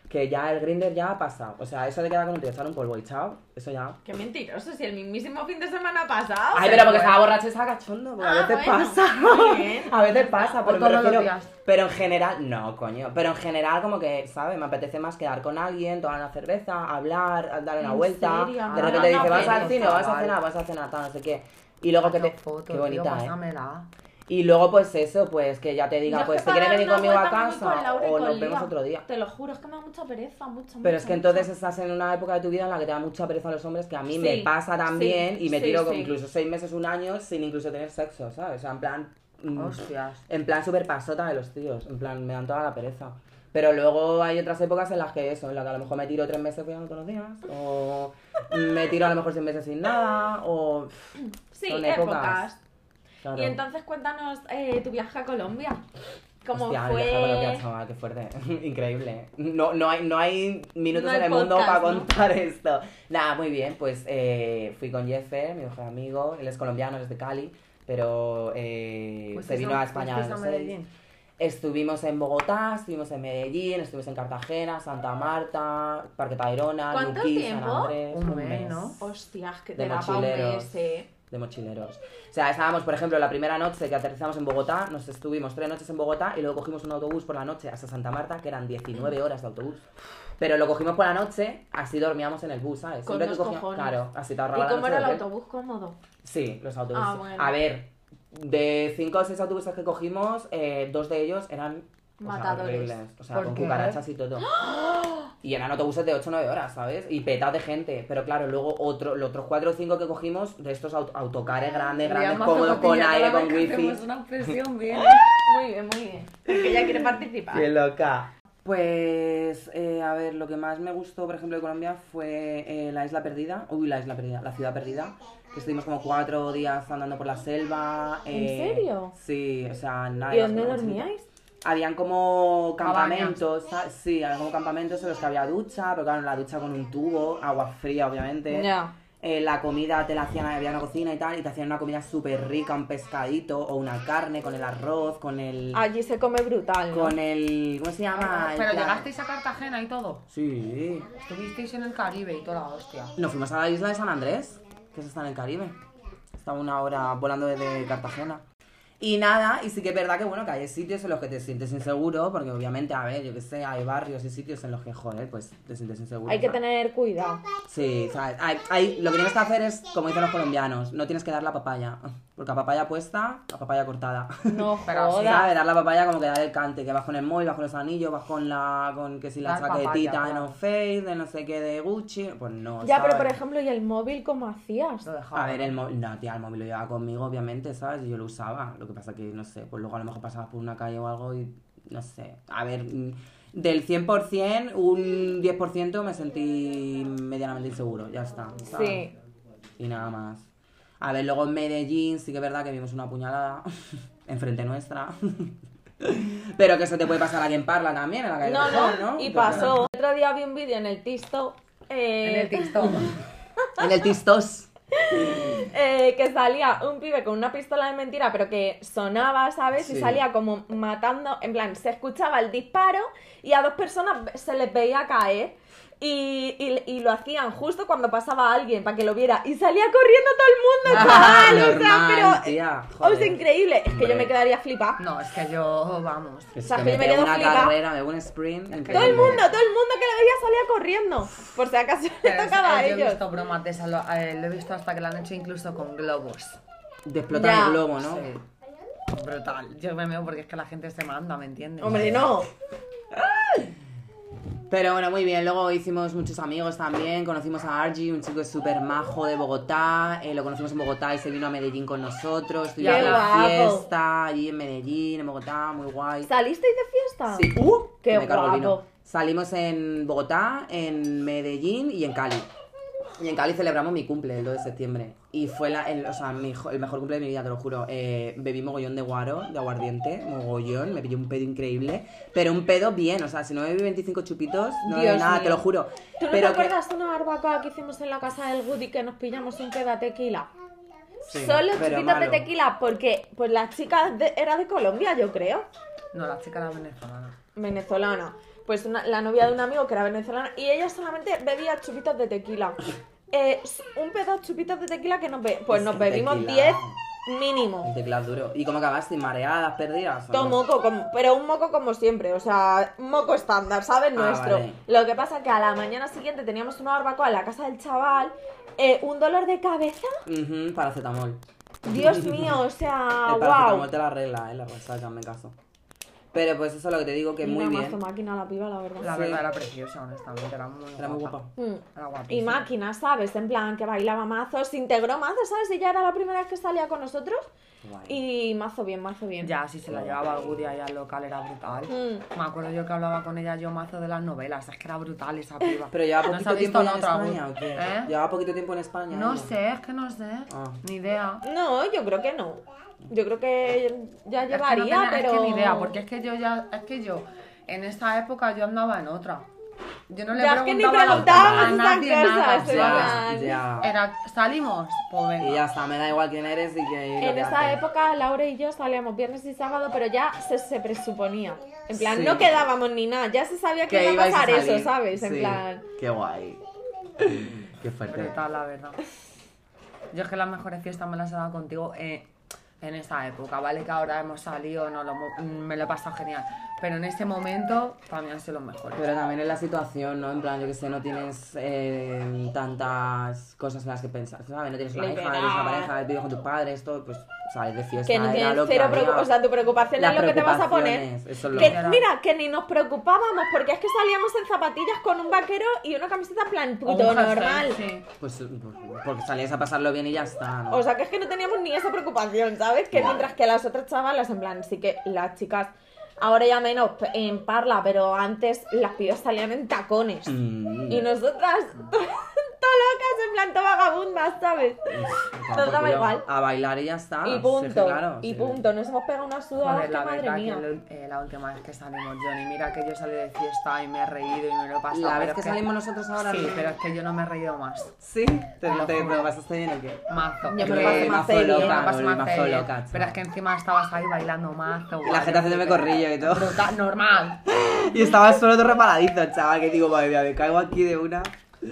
Speaker 2: Que ya el Grinder ya ha pasado. O sea, eso de quedar con un tío, echar un polvo y chao, eso ya...
Speaker 3: Qué mentiroso, si el mismísimo fin de semana pasado.
Speaker 2: Ay, pero porque estaba borracho y estaba cachondo. porque
Speaker 3: Ah,
Speaker 2: a veces
Speaker 3: bueno,
Speaker 2: pasa.
Speaker 3: muy bien.
Speaker 2: A veces pasa, pero,
Speaker 1: todos
Speaker 2: me
Speaker 1: los
Speaker 2: refiero-
Speaker 1: días.
Speaker 2: pero en general, no, coño. Pero en general, como que, ¿sabes? Me apetece más quedar con alguien, tomar una cerveza, hablar, dar una
Speaker 3: ¿En
Speaker 2: vuelta.
Speaker 3: serio?
Speaker 2: De
Speaker 3: Ah,
Speaker 2: repente
Speaker 3: no,
Speaker 2: dice, vas
Speaker 3: pero
Speaker 2: al cine, vas a
Speaker 1: chaval.
Speaker 2: cenar, vas a cenar, tal, no sé qué. Y luego que te.
Speaker 1: Qué foto,
Speaker 2: qué
Speaker 1: tío,
Speaker 2: bonita, ¿eh?
Speaker 1: pásamela.
Speaker 2: Y luego, pues eso, pues que ya te diga,
Speaker 3: Yo es
Speaker 2: pues
Speaker 3: que
Speaker 2: te quieres
Speaker 3: para
Speaker 2: venir
Speaker 3: dar
Speaker 2: conmigo
Speaker 3: una
Speaker 2: a
Speaker 3: vuelta me voy con
Speaker 2: casa
Speaker 3: Laura y
Speaker 2: o
Speaker 3: con
Speaker 2: nos vemos
Speaker 3: Lía.
Speaker 2: otro día.
Speaker 3: Te lo juro, es que me da mucha pereza, mucha,
Speaker 2: Pero es que
Speaker 3: mucha,
Speaker 2: entonces
Speaker 3: mucha.
Speaker 2: estás en una época de tu vida en la que te da mucha pereza a los hombres, que a mí
Speaker 3: Sí,
Speaker 2: me pasa también,
Speaker 3: sí,
Speaker 2: y me
Speaker 3: sí,
Speaker 2: tiro con
Speaker 3: sí.
Speaker 2: incluso seis meses, un año, sin incluso tener sexo, ¿sabes? O sea, en plan... mm,
Speaker 1: Hostias.
Speaker 2: En plan super pasota de los tíos, en plan, me dan toda la pereza. Pero luego hay otras épocas en las que eso, en las que a lo mejor me tiro tres meses cuidando todos los días, o me tiro a lo mejor seis meses sin nada, o...
Speaker 3: Sí,
Speaker 2: son
Speaker 3: épocas.
Speaker 2: épocas. Claro.
Speaker 3: Y entonces cuéntanos eh, tu viaje a Colombia. ¿Cómo
Speaker 2: Hostia,
Speaker 3: fue?
Speaker 2: el viaje a Colombia, chaval, qué fuerte. Increíble. No, no, hay, no hay minutos
Speaker 3: No hay
Speaker 2: en el mundo
Speaker 3: podcast,
Speaker 2: para
Speaker 3: ¿no?
Speaker 2: contar esto. Nada, muy bien, pues eh, fui con Jeffer, mi mejor amigo. Él es colombiano, él es de Cali, pero eh,
Speaker 3: Pues
Speaker 2: se
Speaker 1: Fuisteis
Speaker 2: vino a España.
Speaker 1: Pues fuisteis
Speaker 2: no
Speaker 1: a
Speaker 2: sé.
Speaker 1: Medellín.
Speaker 2: Estuvimos en Bogotá, estuvimos en Medellín, estuvimos en Cartagena, Santa Marta, Parque Tayrona,
Speaker 3: ¿Cuánto
Speaker 2: Luquí, San
Speaker 3: tiempo?
Speaker 2: Andrés.
Speaker 1: Un mes, ¿no?
Speaker 3: Hostias, que
Speaker 2: De
Speaker 3: te da pa' un
Speaker 2: mochileros.
Speaker 3: mes, eh.
Speaker 2: de mochileros. O sea, estábamos, por ejemplo, la primera noche que aterrizamos en Bogotá, nos estuvimos tres noches en Bogotá y luego cogimos un autobús por la noche hasta Santa Marta, que eran 19 horas de autobús. Pero lo cogimos por la noche, así dormíamos en el bus, ¿sabes?
Speaker 3: Con
Speaker 2: tú
Speaker 3: los
Speaker 2: cogías-
Speaker 3: cojones.
Speaker 2: Claro, así te
Speaker 3: ¿Y
Speaker 2: ahorraba la
Speaker 3: cómo
Speaker 2: noche
Speaker 3: era el
Speaker 2: de hotel.
Speaker 3: autobús cómodo?
Speaker 2: Sí, los autobuses.
Speaker 3: Ah, bueno.
Speaker 2: A ver, de cinco o seis autobuses que cogimos, eh, dos de ellos eran o sea,
Speaker 3: Matadores.
Speaker 2: horribles. O sea,
Speaker 1: ¿Por
Speaker 2: con
Speaker 1: qué?
Speaker 2: cucarachas y todo. Y eran autobuses de 8 o 9 horas, ¿sabes? Y petados de gente. Pero claro, luego otro, los otros 4 o 5 que cogimos, de estos aut- autocares grandes, grandes,
Speaker 1: Además,
Speaker 2: cómodos, con
Speaker 1: zapatilla,
Speaker 2: aire,
Speaker 1: cada
Speaker 2: con
Speaker 1: vez que
Speaker 2: wifi.
Speaker 3: Ah.
Speaker 1: hacemos una obsesión, bien.
Speaker 3: Muy bien, muy bien. Porque ella quiere participar.
Speaker 2: Qué loca. Pues, eh, a ver, lo que más me gustó, por ejemplo, de Colombia fue eh, la isla perdida. Uy, la isla perdida, la ciudad perdida. Que estuvimos como cuatro días andando por la selva.
Speaker 3: ¿En
Speaker 2: eh,
Speaker 3: serio?
Speaker 2: Sí, o sea, nada.
Speaker 3: ¿Y
Speaker 2: era
Speaker 3: dónde
Speaker 2: como-
Speaker 3: dormíais?
Speaker 2: Habían como campamentos, ¿sabes? sí, había como campamentos en los que había ducha, pero claro, la ducha con un tubo, agua fría, obviamente.
Speaker 3: Ya.
Speaker 2: Eh, la comida te la hacían, había una cocina y tal, y te hacían una comida súper rica, un pescadito o una carne con el arroz, con el...
Speaker 3: Allí se come brutal. ¿no?
Speaker 2: con el... ¿Cómo se llama? El
Speaker 1: Pero
Speaker 2: pla-
Speaker 1: llegasteis a Cartagena y todo.
Speaker 2: Sí.
Speaker 1: Estuvisteis en el Caribe y toda la hostia.
Speaker 2: Nos fuimos a la isla de San Andrés, que eso está en el Caribe. Está a una hora volando desde Cartagena. Y nada, y sí que es verdad que bueno, que hay sitios en los que te sientes inseguro, porque obviamente, a ver, yo que sé, hay barrios y sitios en los que, joder, pues te sientes inseguro.
Speaker 3: Hay que
Speaker 2: ¿sabes?
Speaker 3: tener cuidado.
Speaker 2: Sí, ¿sabes? Hay- hay- lo que tienes que hacer es, como dicen los colombianos, no tienes que dar la papaya. Porque a papaya puesta, a papaya cortada.
Speaker 3: No
Speaker 1: Pero así,
Speaker 3: jodas.
Speaker 2: ¿Sabes? Dar la papaya como que dar el cante, que vas con el móvil, vas con los anillos, vas con la, con que si la
Speaker 1: Dar papaya,
Speaker 2: chaquetita de
Speaker 1: claro.
Speaker 2: No Face, de no sé qué, de Gucci, pues no,
Speaker 3: Ya, pero
Speaker 2: ¿sabes?
Speaker 3: por ejemplo, ¿y el móvil cómo hacías?
Speaker 1: Lo dejaba.
Speaker 2: A ver, el móvil, no, tía, el móvil lo llevaba conmigo, obviamente, ¿sabes? Y yo lo usaba. Lo que pasa que, no sé, pues luego a lo mejor pasabas por una calle o algo y, no sé. A ver, mm, del 100%, un 10% me sentí medianamente inseguro, ya está. ¿sabes?
Speaker 3: Sí.
Speaker 2: Y nada más. A ver, luego en Medellín sí que es verdad que vimos una puñalada enfrente nuestra. Pero que eso te puede pasar aquí en Parla también, en la calle
Speaker 3: No,
Speaker 2: Rejón, Pues
Speaker 3: no, y
Speaker 2: Porque-
Speaker 3: pasó. Otro día vi un vídeo en el TikTok
Speaker 1: En
Speaker 3: eh,
Speaker 1: el TikTok.
Speaker 2: En el Tistos.
Speaker 3: eh, que salía un pibe con una pistola de mentira, pero que sonaba, ¿sabes? Y
Speaker 2: Sí.
Speaker 3: salía como matando, en plan, se escuchaba el disparo y a dos personas se les veía caer. Y, y- y lo hacían justo cuando pasaba alguien para que lo viera. Y salía corriendo todo el mundo, chaval. o sea,
Speaker 2: Ah, normal,
Speaker 3: Ah, pero.
Speaker 2: tía,
Speaker 3: o sea,
Speaker 2: joder.
Speaker 3: increíble. Es que yo
Speaker 2: Hombre.
Speaker 3: me quedaría flipada.
Speaker 1: No, es que yo, vamos.
Speaker 2: Es
Speaker 3: sea,
Speaker 2: que me
Speaker 3: que yo me
Speaker 2: pego
Speaker 3: quedo
Speaker 2: una
Speaker 3: flipada.
Speaker 2: carrera, me pego un sprint.
Speaker 3: Todo el
Speaker 2: increíble.
Speaker 3: mundo, todo el mundo que le veía salía corriendo. Por si acaso le
Speaker 1: Pero es-
Speaker 3: tocaba a
Speaker 1: eh, Yo he
Speaker 3: ellos.
Speaker 1: visto bromas de esa, lo, eh, lo he visto hasta que la han hecho incluso con globos.
Speaker 2: De explotar
Speaker 3: Ya.
Speaker 2: el globo, ¿no?
Speaker 1: Sí. Brutal. Yo me meo porque es que la gente se manda, ¿me entiendes?
Speaker 3: Hombre, no.
Speaker 2: Pero bueno, muy bien. Luego hicimos muchos amigos también. Conocimos a Argy, un chico súper majo de Bogotá. Eh, lo conocimos en Bogotá y se vino a Medellín con nosotros. Estuvimos
Speaker 1: Qué
Speaker 2: en la
Speaker 3: guapo.
Speaker 2: fiesta allí en Medellín, en Bogotá, muy guay.
Speaker 3: ¿Salisteis de fiesta?
Speaker 2: Sí. ¡Uh!
Speaker 3: Ah. Qué
Speaker 2: Que me cargo el
Speaker 3: guapo.
Speaker 2: vino. Salimos en Bogotá, en Medellín y en Cali. Y en Cali celebramos mi cumple el 2 de septiembre. Y fue la, el, o sea, mi jo- el mejor cumple de mi vida, te lo juro. Eh, bebí mogollón de guaro, de aguardiente, mogollón. Me pillé un pedo increíble. Pero un pedo bien, o sea, si no bebí 25 chupitos, no bebí
Speaker 3: Dios
Speaker 2: nada,
Speaker 3: mío.
Speaker 2: te lo juro.
Speaker 3: ¿Tú no
Speaker 2: pero
Speaker 3: te acuerdas una barbacoa que hicimos en la casa del Woody que nos pillamos un pedo de tequila?
Speaker 2: Sí,
Speaker 3: Solo
Speaker 2: pero
Speaker 3: chupitos de
Speaker 2: malo.
Speaker 3: tequila porque pues la chica de- era de Colombia, yo creo,
Speaker 1: No, la chica era venezolana.
Speaker 3: venezolana. Pues una- la novia de un amigo que era venezolana y ella solamente bebía chupitos de tequila. Eh, s- un pedo de chupitos de tequila que nos be- pues
Speaker 2: Es
Speaker 3: nos
Speaker 2: que
Speaker 3: bebimos
Speaker 2: tequila.
Speaker 3: 10
Speaker 2: Un
Speaker 3: mínimo.
Speaker 2: teclado duro. ¿Y cómo acabaste? ¿Mareadas, perdidas? o no?
Speaker 3: Todo moco, como- pero un moco como siempre, o sea, un moco estándar, ¿sabes?
Speaker 2: Ah,
Speaker 3: Nuestro.
Speaker 2: vale.
Speaker 3: Lo que pasa que a la mañana siguiente teníamos una barbacoa en la casa del chaval, eh, un dolor de cabeza
Speaker 2: Ujú, paracetamol.
Speaker 3: Dios mío, o sea,
Speaker 2: el paracetamol
Speaker 3: Ah, wow.
Speaker 2: te la arregla, eh, la resaca, me caso. Pero pues eso es lo que te digo, que muy
Speaker 3: Una
Speaker 2: bien.
Speaker 3: mazo máquina la piba, la verdad.
Speaker 1: La
Speaker 2: Sí.
Speaker 1: verdad era preciosa, honestamente. Era muy
Speaker 2: Era muy guapa.
Speaker 3: Mm.
Speaker 1: Era guapísima.
Speaker 3: Y máquina, ¿sabes? En plan, que bailaba mazo, se integró mazo, ¿sabes? Ella era la primera vez que salía con nosotros.
Speaker 2: Guay.
Speaker 3: Y mazo bien, mazo bien.
Speaker 1: Ya, si se la llevaba al Woody allá al local, era brutal.
Speaker 3: Mm.
Speaker 1: Me acuerdo yo que hablaba con ella yo mazo de las novelas. Es que era brutal esa piba.
Speaker 2: Pero lleva
Speaker 1: ¿No se
Speaker 2: poquito
Speaker 1: ha visto
Speaker 2: tiempo en
Speaker 1: la otra
Speaker 2: España, ¿o
Speaker 1: Woody?
Speaker 2: qué?
Speaker 1: ¿Eh?
Speaker 2: Lleva poquito tiempo en España.
Speaker 1: No
Speaker 2: ella.
Speaker 1: sé, es que no sé.
Speaker 2: Ah.
Speaker 1: Ni idea.
Speaker 3: No, yo creo que no. Yo creo que ya
Speaker 1: Es que no
Speaker 3: llevaría,
Speaker 1: tenía- es
Speaker 3: pero.
Speaker 1: que ni idea, porque es que yo ya, es que yo, en esa época yo andaba en otra. Yo no le
Speaker 3: Ya, es
Speaker 1: preguntaba
Speaker 3: que ni
Speaker 1: a la-
Speaker 3: preguntábamos
Speaker 1: a
Speaker 3: esas
Speaker 1: nadie nada,
Speaker 3: cosas,
Speaker 1: o sea,
Speaker 2: Ya, ya.
Speaker 1: Era, salimos, pues venga.
Speaker 2: Y ya está, me da igual quién eres y que. y lo
Speaker 3: En
Speaker 2: que
Speaker 3: esa
Speaker 2: haces.
Speaker 3: época Laura y yo salíamos viernes y sábado, pero ya se, se presuponía. En plan,
Speaker 2: Sí.
Speaker 3: no quedábamos ni nada, ya se sabía que, iba a
Speaker 2: ibais
Speaker 3: pasar eso,
Speaker 2: salir.
Speaker 3: ¿sabes? En
Speaker 2: Sí,
Speaker 3: plan.
Speaker 2: Qué guay. Qué fuerte.
Speaker 1: Brutal, la verdad. Yo es que las mejores fiestas me las he dado contigo eh, en esa época, ¿vale? Que ahora hemos salido, no lo hemos- me lo he pasado genial. Pero en ese momento también han sido los mejores.
Speaker 2: Pero también es la situación, ¿no? En plan, yo que sé, no tienes eh, tantas cosas en las que pensar. ¿Sabes? No tienes una hija, no tienes una
Speaker 3: Liberal.
Speaker 2: pareja, vives con tus padres, todo. Pues sales de fiesta.
Speaker 3: Que no
Speaker 2: era
Speaker 3: tienes
Speaker 2: lo que
Speaker 3: cero
Speaker 2: había.
Speaker 3: preocupación. O sea, tu preocupación
Speaker 2: Las
Speaker 3: es lo que te vas a poner.
Speaker 2: preocupaciones, eso es lo que
Speaker 3: Que,
Speaker 1: era.
Speaker 3: mira, que ni nos preocupábamos porque es que salíamos en zapatillas con un vaquero y una camiseta en plan
Speaker 1: O un
Speaker 3: puto
Speaker 2: ¿eh?
Speaker 1: jersey,
Speaker 3: normal.
Speaker 1: sí.
Speaker 2: Pues eh, porque salías a pasarlo bien y ya está, ¿no?
Speaker 3: O sea, que es que no teníamos ni esa preocupación, ¿sabes? Que
Speaker 2: Ya.
Speaker 3: mientras que las otras chavalas, en plan, sí que las chicas Ahora ya menos p- en Parla, pero antes las pibas salían en tacones.
Speaker 2: Mm.
Speaker 3: Y nosotras, to locas, en plan, to vagabundas, ¿sabes?
Speaker 2: Claro,
Speaker 3: Nos daba
Speaker 2: porque
Speaker 3: igual.
Speaker 2: A bailar y ya está.
Speaker 3: Y
Speaker 2: Ah, sí,
Speaker 3: punto.
Speaker 2: claro,
Speaker 3: y
Speaker 2: sí.
Speaker 3: punto. Nos hemos pegado una sudada,
Speaker 1: Joder, la
Speaker 3: madre
Speaker 1: verdad que
Speaker 3: mía.
Speaker 1: el- eh, la última vez que salimos, Johnny, mira que yo salí de fiesta y me he reído y me lo he pasado.
Speaker 2: La
Speaker 1: pero
Speaker 2: vez
Speaker 1: es
Speaker 2: que salimos nosotros ahora.
Speaker 1: Sí,
Speaker 2: no.
Speaker 1: pero es que yo no me he reído más.
Speaker 2: Sí. ¿Te, te, te lo pasaste bien o qué?
Speaker 1: Mazo.
Speaker 3: Yo me lo
Speaker 1: que-
Speaker 3: pasé más
Speaker 1: mazo
Speaker 3: feliz.
Speaker 1: loca,
Speaker 2: Me pasé
Speaker 1: me
Speaker 2: más
Speaker 1: pasé
Speaker 2: feliz.
Speaker 1: loca, Pero es que encima estabas ahí bailando mazo.
Speaker 2: Y la gente haciéndome corrillo y todo.
Speaker 1: Brutal, normal.
Speaker 2: Y estaba el suelo todo reparadizo, chaval, que digo, madre mía, me caigo aquí de una.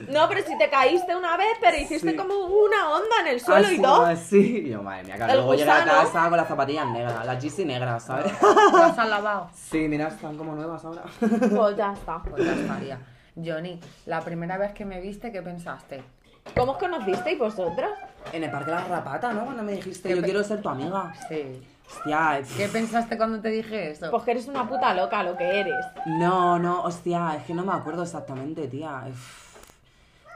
Speaker 3: No, pero si te caíste una vez, pero hiciste
Speaker 2: Sí.
Speaker 3: como una onda en el suelo
Speaker 2: así,
Speaker 3: y todo.
Speaker 2: Así. Y yo, madre mía, claro.
Speaker 3: El
Speaker 2: Luego llegué a
Speaker 3: gusano.
Speaker 2: casa con las zapatillas negras, las GC negras, ¿sabes?
Speaker 1: ¿Las has lavado?
Speaker 2: Sí, mira, están como nuevas ahora.
Speaker 3: Pues ya está.
Speaker 1: Pues ya estaría. Johnny, la primera vez que me viste, ¿qué pensaste?
Speaker 3: ¿Cómo os conocisteis vosotros?
Speaker 2: En el parque de la rapata, ¿no? Cuando me dijiste,
Speaker 1: Qué
Speaker 2: yo
Speaker 1: pe-
Speaker 2: quiero ser tu amiga.
Speaker 1: Sí.
Speaker 2: Hostia, es-
Speaker 1: ¿Qué pensaste cuando te dije eso?
Speaker 3: Pues que eres una puta loca lo que eres.
Speaker 2: No, no, hostia, es que no me acuerdo exactamente, tía. Uf.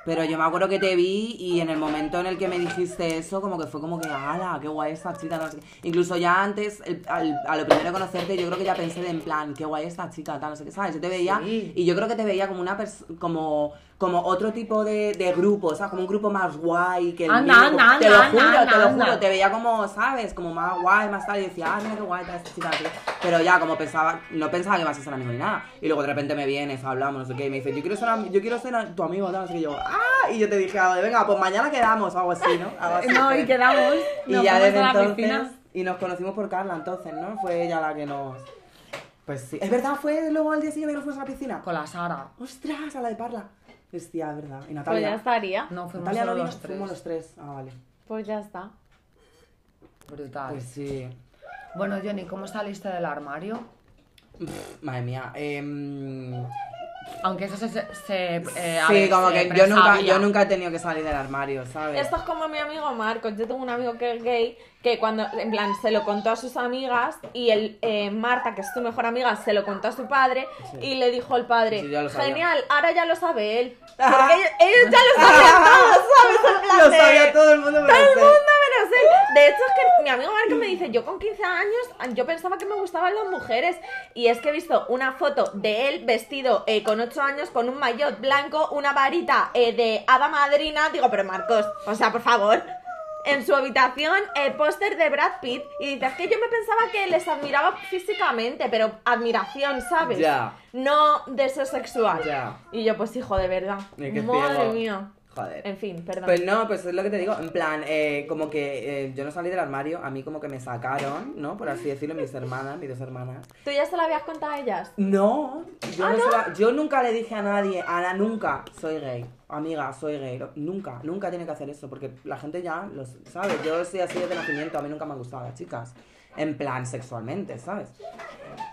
Speaker 2: Pero yo me acuerdo que te vi y en el momento en el que me dijiste eso, como que fue como que, ala, qué guay esta chica. no sé qué. Incluso ya antes, el- al- a lo primero de conocerte, yo creo que ya pensé de en plan, qué guay esta chica, tal, no sé qué, ¿sabes? Yo te veía
Speaker 1: Sí.
Speaker 2: y yo creo que te veía como una pers- como, como otro tipo de, de grupo, o sea, como un grupo más guay que el
Speaker 1: Anda,
Speaker 2: mío.
Speaker 1: anda,
Speaker 2: te lo
Speaker 1: anda,
Speaker 2: juro,
Speaker 1: anda,
Speaker 2: te lo
Speaker 1: anda.
Speaker 2: juro, te veía como, ¿sabes? Como más guay, más tal, y decía, ah, mira qué guay tal esta chica. no sé qué. Pero ya, como pensaba, no pensaba que ibas a ser amigo ni nada. Y luego de repente me vienes, hablamos, no sé qué, y me dices, yo quiero ser, am- yo quiero ser a- tu amigo, tal, no sé qué. Y yo, ah, y yo te dije, algo de, venga, pues mañana quedamos, o algo así, ¿no? Algo así
Speaker 1: No,
Speaker 2: fue.
Speaker 1: y quedamos.
Speaker 2: Y
Speaker 1: nos
Speaker 2: ya
Speaker 1: fuimos
Speaker 2: desde
Speaker 1: a la
Speaker 2: entonces,
Speaker 1: piscina.
Speaker 2: y nos conocimos por Carla entonces, ¿no? Fue ella la que nos... Pues sí. Es verdad, fue luego al día siguiente que nos fuimos a la piscina.
Speaker 1: Con la Sara.
Speaker 2: Ostras, a la de Parla. Hostia, es verdad. Y
Speaker 3: Pues
Speaker 2: Natalia.
Speaker 3: ya estaría.
Speaker 1: No, fuimos
Speaker 2: Natalia
Speaker 1: solo
Speaker 2: no vino,
Speaker 1: los tres.
Speaker 2: fuimos los tres. Ah, vale.
Speaker 3: Pues ya está.
Speaker 1: Brutal.
Speaker 2: Pues sí.
Speaker 1: Bueno, Johnny, ¿cómo saliste del armario?
Speaker 2: Pff, Madre mía. em,
Speaker 1: Aunque eso se... se- se, eh, a
Speaker 2: sí,
Speaker 1: ver,
Speaker 2: como
Speaker 1: se
Speaker 2: que yo nunca,
Speaker 1: presabía.
Speaker 2: yo nunca he tenido que salir del armario, ¿sabes?
Speaker 3: Esto es como mi amigo Marcos. Yo tengo un amigo que es gay que cuando, en plan, se lo contó a sus amigas y el, eh, Marta, que es su mejor amiga, se lo contó a su padre
Speaker 2: Sí.
Speaker 3: y le dijo el padre,
Speaker 2: Sí, ya lo sabía. Ah.
Speaker 3: genial, ahora ya lo sabe él. Porque ellos, ellos ya lo sabían todos, ¿sabes? En plan
Speaker 2: Lo
Speaker 3: de-
Speaker 2: sabía todo el mundo, pero
Speaker 3: Todo el
Speaker 2: sé.
Speaker 3: mundo menos él. De hecho, es que mi amigo Marco me dice, yo con 15 años, yo pensaba que me gustaban las mujeres. Y es que he visto una foto de él vestido eh, con 8 años, con un maillot blanco, una varita eh, de hada madrina. Digo, pero Marcos, o sea, por favor. En su habitación, el póster de Brad Pitt. Y dices que yo me pensaba que les admiraba físicamente, pero admiración, ¿sabes?
Speaker 2: Ya.
Speaker 3: No deseo sexual.
Speaker 2: Ya.
Speaker 3: Y yo, pues hijo, de verdad.
Speaker 2: Ni que
Speaker 3: Madre
Speaker 2: ciego.
Speaker 3: mía.
Speaker 2: Joder.
Speaker 3: En fin, perdón.
Speaker 2: Pues no, pues es lo que te digo, en plan, eh, como que eh, yo no salí del armario, a mí como que me sacaron, ¿no? Por así decirlo, mis hermanas, mis dos hermanas.
Speaker 3: ¿Tú ya se lo habías contado a ellas?
Speaker 2: No, yo,
Speaker 3: Ah,
Speaker 2: no
Speaker 3: ¿no?
Speaker 2: se la- yo nunca le dije a nadie, Ana, nunca, soy gay, amiga, soy gay, Lo- nunca, nunca tiene que hacer eso, porque la gente ya lo sabe, yo soy así desde nacimiento, a mí nunca me han gustado las chicas, en plan sexualmente, ¿sabes?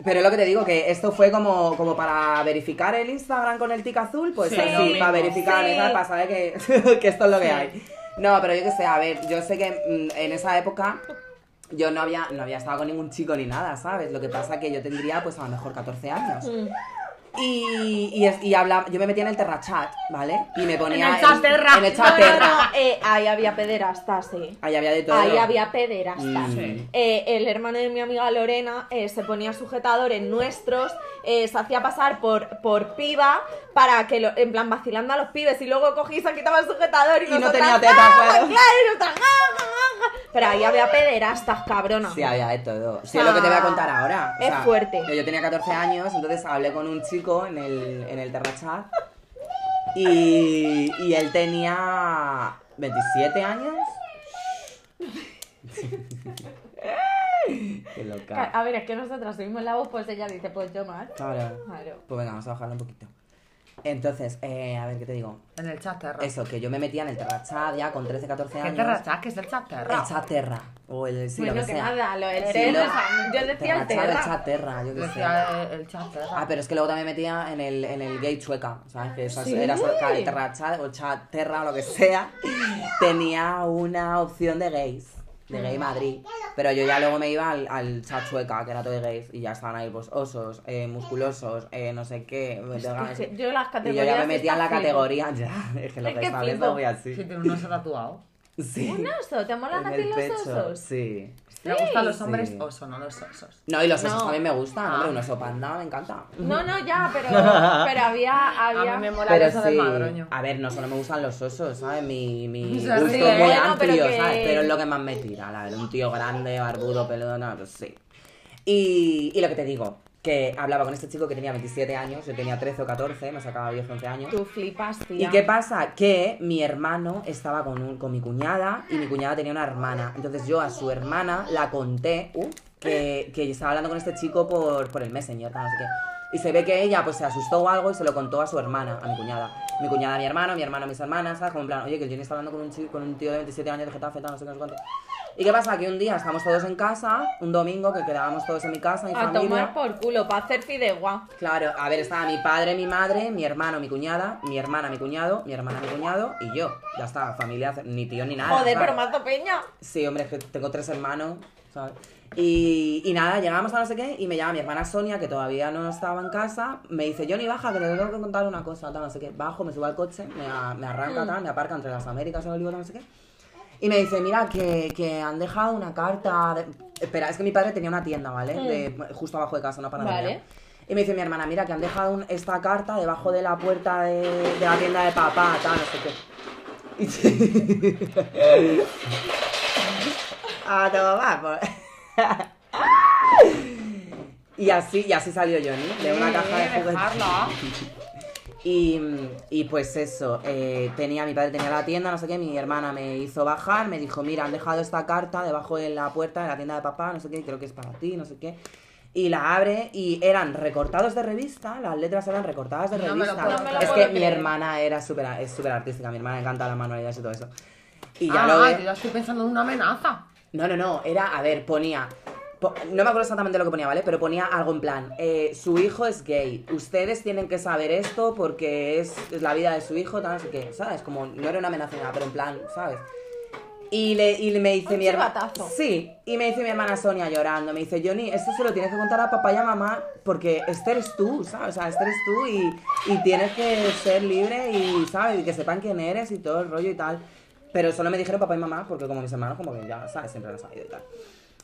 Speaker 2: Pero lo que te digo, que esto fue como, como para verificar el Instagram con el tic azul, pues
Speaker 1: Sí,
Speaker 2: así,
Speaker 1: lo mismo.
Speaker 2: para verificar,
Speaker 3: Sí.
Speaker 2: ¿sabes? para saber que, que esto es lo que hay. No, pero yo qué sé, a ver, yo sé que mm, en esa época yo no había, no había estado con ningún chico ni nada, ¿sabes? Lo que pasa que yo tendría, pues a lo mejor 14 años.
Speaker 3: Mm.
Speaker 2: Y, y, es- y habla- yo me metía en el terrachat, ¿vale? Y me ponía.
Speaker 1: En el chat terra.
Speaker 2: En el
Speaker 3: No,
Speaker 2: chat
Speaker 3: no,
Speaker 2: terra.
Speaker 3: no, eh, ahí había pederastas, sí.
Speaker 2: Ahí había de todo.
Speaker 3: Ahí había pederastas.
Speaker 2: Mm.
Speaker 1: Sí.
Speaker 3: Eh, el hermano de mi amiga Lorena eh, se ponía sujetadores nuestros, eh, se hacía pasar por, por piba para que, lo- en plan, vacilando a los pibes y luego cogí y se quitaba el sujetador y,
Speaker 2: Y no
Speaker 3: nosotras,
Speaker 2: tenía teta,
Speaker 3: ¡Ah,
Speaker 2: claro.
Speaker 3: y nosotras, ¡ah, ah, ah! Pero ahí había pederastas, cabrona.
Speaker 2: Sí, había de todo. Sí, es lo que te voy a contar ahora.
Speaker 3: Es fuerte.
Speaker 2: que Yo tenía 14 años, entonces hablé con un chico en el, en el terrachat. Y, y él tenía 27 años. Qué
Speaker 3: Ca-
Speaker 2: loca.
Speaker 3: A ver, es que nosotras subimos la voz, pues ella dice, pues yo más.
Speaker 2: Claro.
Speaker 3: Claro.
Speaker 2: Pues venga, vamos a bajarlo un poquito. Entonces, eh, a ver, ¿qué te digo?
Speaker 1: En el chat terra.
Speaker 2: Eso, que yo me metía en el terrachat ya con 13, 14
Speaker 1: ¿Qué
Speaker 2: años.
Speaker 1: terra chat? ¿Qué es el chat terra?
Speaker 2: El chat terra. O el sí, lo que
Speaker 3: bueno, Pues que
Speaker 2: sea.
Speaker 3: nada, lo del
Speaker 2: Sí,
Speaker 3: terra.
Speaker 2: lo-
Speaker 3: Yo decía
Speaker 2: terrachat,
Speaker 3: el terra.
Speaker 2: El chat terra, yo qué sé.
Speaker 1: Decía eh, el chat
Speaker 2: Ah,
Speaker 1: terra.
Speaker 2: pero es que luego también metía en el, en el gay chueca, ¿sabes? Que eso
Speaker 3: Sí.
Speaker 2: era cerca de terra chat o chat terra o lo que sea. Tenía una opción de gays, de gay Madrid. Pero yo ya luego me iba al, al chat chueca, que era todo de gays, y ya estaban ahí pues osos, eh, musculosos, eh, no sé qué.
Speaker 3: Es que yo las
Speaker 2: y yo
Speaker 3: categorías
Speaker 2: ya me metía en la
Speaker 3: estas flipo.
Speaker 2: categoría, ya, es que lo
Speaker 3: Es
Speaker 2: que
Speaker 3: que
Speaker 2: está hablando
Speaker 3: flipo.
Speaker 2: muy así.
Speaker 1: Sí, pero no se ha tatuado.
Speaker 2: Sí.
Speaker 3: Un oso, ¿te molan a
Speaker 2: En
Speaker 3: ti
Speaker 2: el
Speaker 3: los
Speaker 2: pecho,
Speaker 3: osos?
Speaker 2: Sí.
Speaker 1: Me gustan los hombres
Speaker 2: Sí.
Speaker 1: oso, no los osos.
Speaker 2: No, y los osos
Speaker 3: No. Ah.
Speaker 2: también me gustan. Hombre, un oso panda me encanta.
Speaker 3: No, no, ya, pero, pero había, había...
Speaker 1: A mí me mola
Speaker 2: Pero
Speaker 1: el oso del
Speaker 2: sí. Ah,
Speaker 1: madroño.
Speaker 2: A ver, no solo me gustan los osos, ¿sabes? Mi, mi
Speaker 1: Se
Speaker 2: gusto es
Speaker 1: ríe,
Speaker 2: muy
Speaker 3: bueno, pero
Speaker 2: amplio,
Speaker 3: que-
Speaker 2: ¿sabes? Pero es lo que más me tira, la verdad. Un tío grande, barbudo, peludo, no, no sé. Y, y lo que te digo, que hablaba con este chico que tenía 27 años, yo tenía 13 o 14, me sacaba 10 o 11 años.
Speaker 3: Tú flipas,
Speaker 2: ¿Y
Speaker 3: tía.
Speaker 2: qué pasa? Que mi hermano estaba con, un- con mi cuñada y mi cuñada tenía una hermana. Entonces yo a su hermana la conté uh, que, que yo estaba hablando con este chico por, por el messenger, tal, no sé qué. Y se ve que ella pues se asustó o algo y se lo contó a su hermana, a mi cuñada. Mi cuñada a mi hermano, mi hermano a mis hermanas, ¿sabes? Como en plan, oye, que el Johnny está hablando con un, chico, con un tío de 27 años de Getafe, tal, no sé qué, no sé cuánto. ¿Y qué pasa? Que un día estamos todos en casa, un domingo que quedábamos todos en mi casa, mi
Speaker 3: A
Speaker 2: familia.
Speaker 3: tomar por culo, para hacer fideuá.
Speaker 2: Claro, a ver, estaba mi padre, mi madre, mi hermano, mi cuñada, mi hermana, mi cuñado, mi hermana, mi cuñado y yo. Ya está, familia, ni tío ni nada.
Speaker 3: Joder,
Speaker 2: ¿sabes?
Speaker 3: pero mazo peña.
Speaker 2: Sí, hombre, es que tengo tres hermanos, ¿sabes? Y, y nada, llegamos a no sé qué y me llama mi hermana Sonia, que todavía no estaba en casa, me dice, Johnny, baja, que te tengo que contar una cosa, tal, no sé qué. Bajo, me subo al coche, me, a- me arranca, tal, me aparca entre las Américas, el olivo, tal, no sé qué. Y me dice, mira, que, que han dejado una carta... de-". Espera, es que mi padre tenía una tienda, ¿vale? De- justo abajo de casa, una panadería.
Speaker 3: Vale.
Speaker 2: Y me dice mi hermana, mira, que han dejado un- esta carta debajo de la puerta de, de la tienda de papá, tal, no sé qué. A tomar por- pues. y así, y así salió Johnny, de una caja de
Speaker 1: Eh,
Speaker 2: juguetes.
Speaker 1: dejarla.
Speaker 2: Y, y pues eso, eh, tenía, mi padre tenía la tienda, no sé qué, mi hermana me hizo bajar, me dijo, mira, han dejado esta carta debajo de la puerta de la tienda de papá, no sé qué, creo que es para ti, no sé qué. Y la abre y eran recortados de revista, las letras eran recortadas de
Speaker 1: No me lo
Speaker 2: revista.
Speaker 1: puedo No me lo
Speaker 2: es
Speaker 3: puedo
Speaker 2: que mi
Speaker 3: creer.
Speaker 2: hermana era súper es súper artística, mi hermana le encanta las manualidades y todo eso. Y ya
Speaker 1: Ah,
Speaker 2: lo ve.
Speaker 1: yo ya estoy pensando en una amenaza.
Speaker 2: No, no, no, era, a ver, ponía. po- no me acuerdo exactamente lo que ponía, ¿vale? Pero ponía algo en plan: eh, su hijo es gay, ustedes tienen que saber esto porque es, es la vida de su hijo, tal, no sé qué, ¿sabes? Como no era una amenaza, ni nada, pero en plan, ¿sabes? Y, le, y me dice
Speaker 3: Un
Speaker 2: mi hermana.
Speaker 3: chivatazo.
Speaker 2: Sí, y me dice mi hermana Sonia llorando. Me dice, Johnny, esto se lo tienes que contar a papá y a mamá porque este eres tú, ¿sabes? O sea, este eres tú y, y tienes que ser libre y, ¿sabes? Y que sepan quién eres y todo el rollo y tal. Pero solo me dijeron papá y mamá porque, como mis hermanos, como que ya, ¿sabes? Siempre lo han sabido y tal.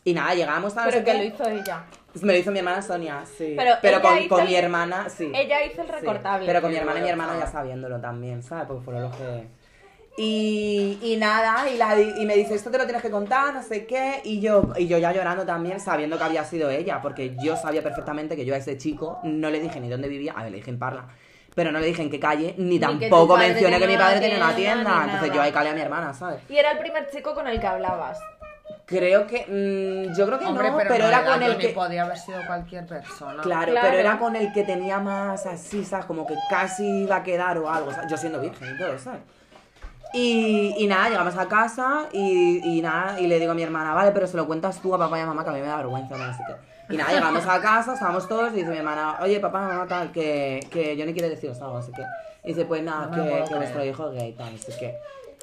Speaker 2: Y nada, llegamos a. no
Speaker 3: Pero
Speaker 2: sé
Speaker 3: que
Speaker 2: qué.
Speaker 3: lo hizo ella.
Speaker 2: Pues Me lo hizo mi hermana Sonia, sí.
Speaker 3: Pero
Speaker 2: Pero,
Speaker 3: ella
Speaker 2: con,
Speaker 3: hizo
Speaker 2: con
Speaker 3: el-
Speaker 2: mi hermana, sí.
Speaker 3: Ella hizo el
Speaker 2: Sí,
Speaker 3: recortable. Ah.
Speaker 2: Pero con mi hermana y mi hermana ya sabiéndolo también, ¿sabes? Porque fueron los que... Y, y nada, y, la di- y me dice, esto te lo tienes que contar, no sé qué, y yo, y yo ya llorando también, sabiendo que había sido ella, porque yo sabía perfectamente que yo a ese chico no le dije ni dónde vivía, a ver, le dije en Parla, pero no le dije en qué calle, ni,
Speaker 3: que tu
Speaker 2: tampoco
Speaker 3: padre
Speaker 2: mencioné que
Speaker 3: tenía
Speaker 2: mi
Speaker 3: una
Speaker 2: padre tenía una
Speaker 3: tienda, ni
Speaker 2: tienda, entonces
Speaker 3: nada.
Speaker 2: yo ahí calé a mi hermana, ¿sabes?
Speaker 3: Y era el primer chico con el que hablabas.
Speaker 2: Creo que, mm, yo creo que
Speaker 1: Hombre,
Speaker 2: no,
Speaker 1: pero,
Speaker 2: pero, era
Speaker 1: Mariela
Speaker 2: con el
Speaker 1: Johnny
Speaker 2: que...
Speaker 1: podía haber sido cualquier persona.
Speaker 2: Claro,
Speaker 3: Claro.
Speaker 2: pero era con el que tenía más así, ¿sabes? Como que casi iba a quedar o algo, ¿sabes? Yo siendo virgen y todo, ¿sabes? Y, y nada, llegamos a casa y, y nada, y le digo a mi hermana, vale, pero se lo cuentas tú a papá y a mamá, que a mí me da vergüenza, no sé qué. Y nada, llegamos a casa, estábamos todos, y dice mi hermana, oye, papá, mamá, tal, que, que yo ni quiero deciros algo, no sé qué. Y dice, pues nada,
Speaker 1: No me lo
Speaker 2: que,
Speaker 1: puedo
Speaker 2: que vuestro
Speaker 1: creer.
Speaker 2: hijo es gay, tal, no sé qué.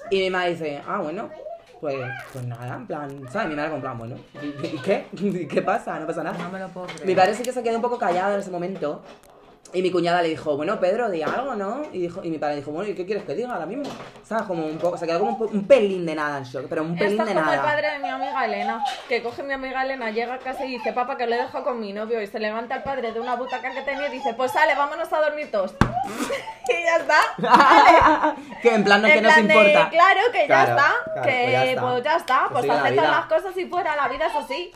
Speaker 2: Y mi mamá dice, ah, bueno, pues, pues nada, en plan, ¿sabes? Mi madre como en plan, bueno, ¿y qué? ¿Y qué pasa? No pasa nada.
Speaker 1: No me lo puedo creer.
Speaker 2: Mi padre sí que se quedó un poco callado en ese momento. Y mi cuñada le dijo, bueno, Pedro, di algo, ¿no? Y, dijo, y mi padre dijo, bueno, ¿y qué quieres que diga ahora mismo? ¿Sabes? Como un poco, se quedó como un, po- un pelín de nada en shock, pero un pelín
Speaker 3: Esto es
Speaker 2: de
Speaker 3: como el
Speaker 2: nada.
Speaker 3: padre de mi amiga Elena, que coge a mi amiga Elena, llega a casa y dice, papá, que lo he dejado con mi novio. Y se levanta el padre de una butaca que tenía y dice, pues sale, vámonos a dormir todos. y ya está.
Speaker 2: que en plan, no, que
Speaker 3: En
Speaker 2: nos
Speaker 3: plan de,
Speaker 2: importa.
Speaker 3: claro, que ya
Speaker 2: Claro,
Speaker 3: está.
Speaker 2: claro,
Speaker 3: que
Speaker 2: pues ya está.
Speaker 3: pues ya está.
Speaker 2: Que
Speaker 3: Pues
Speaker 2: sigue la
Speaker 3: aceptan
Speaker 2: vida.
Speaker 3: las cosas y fuera, la vida es así.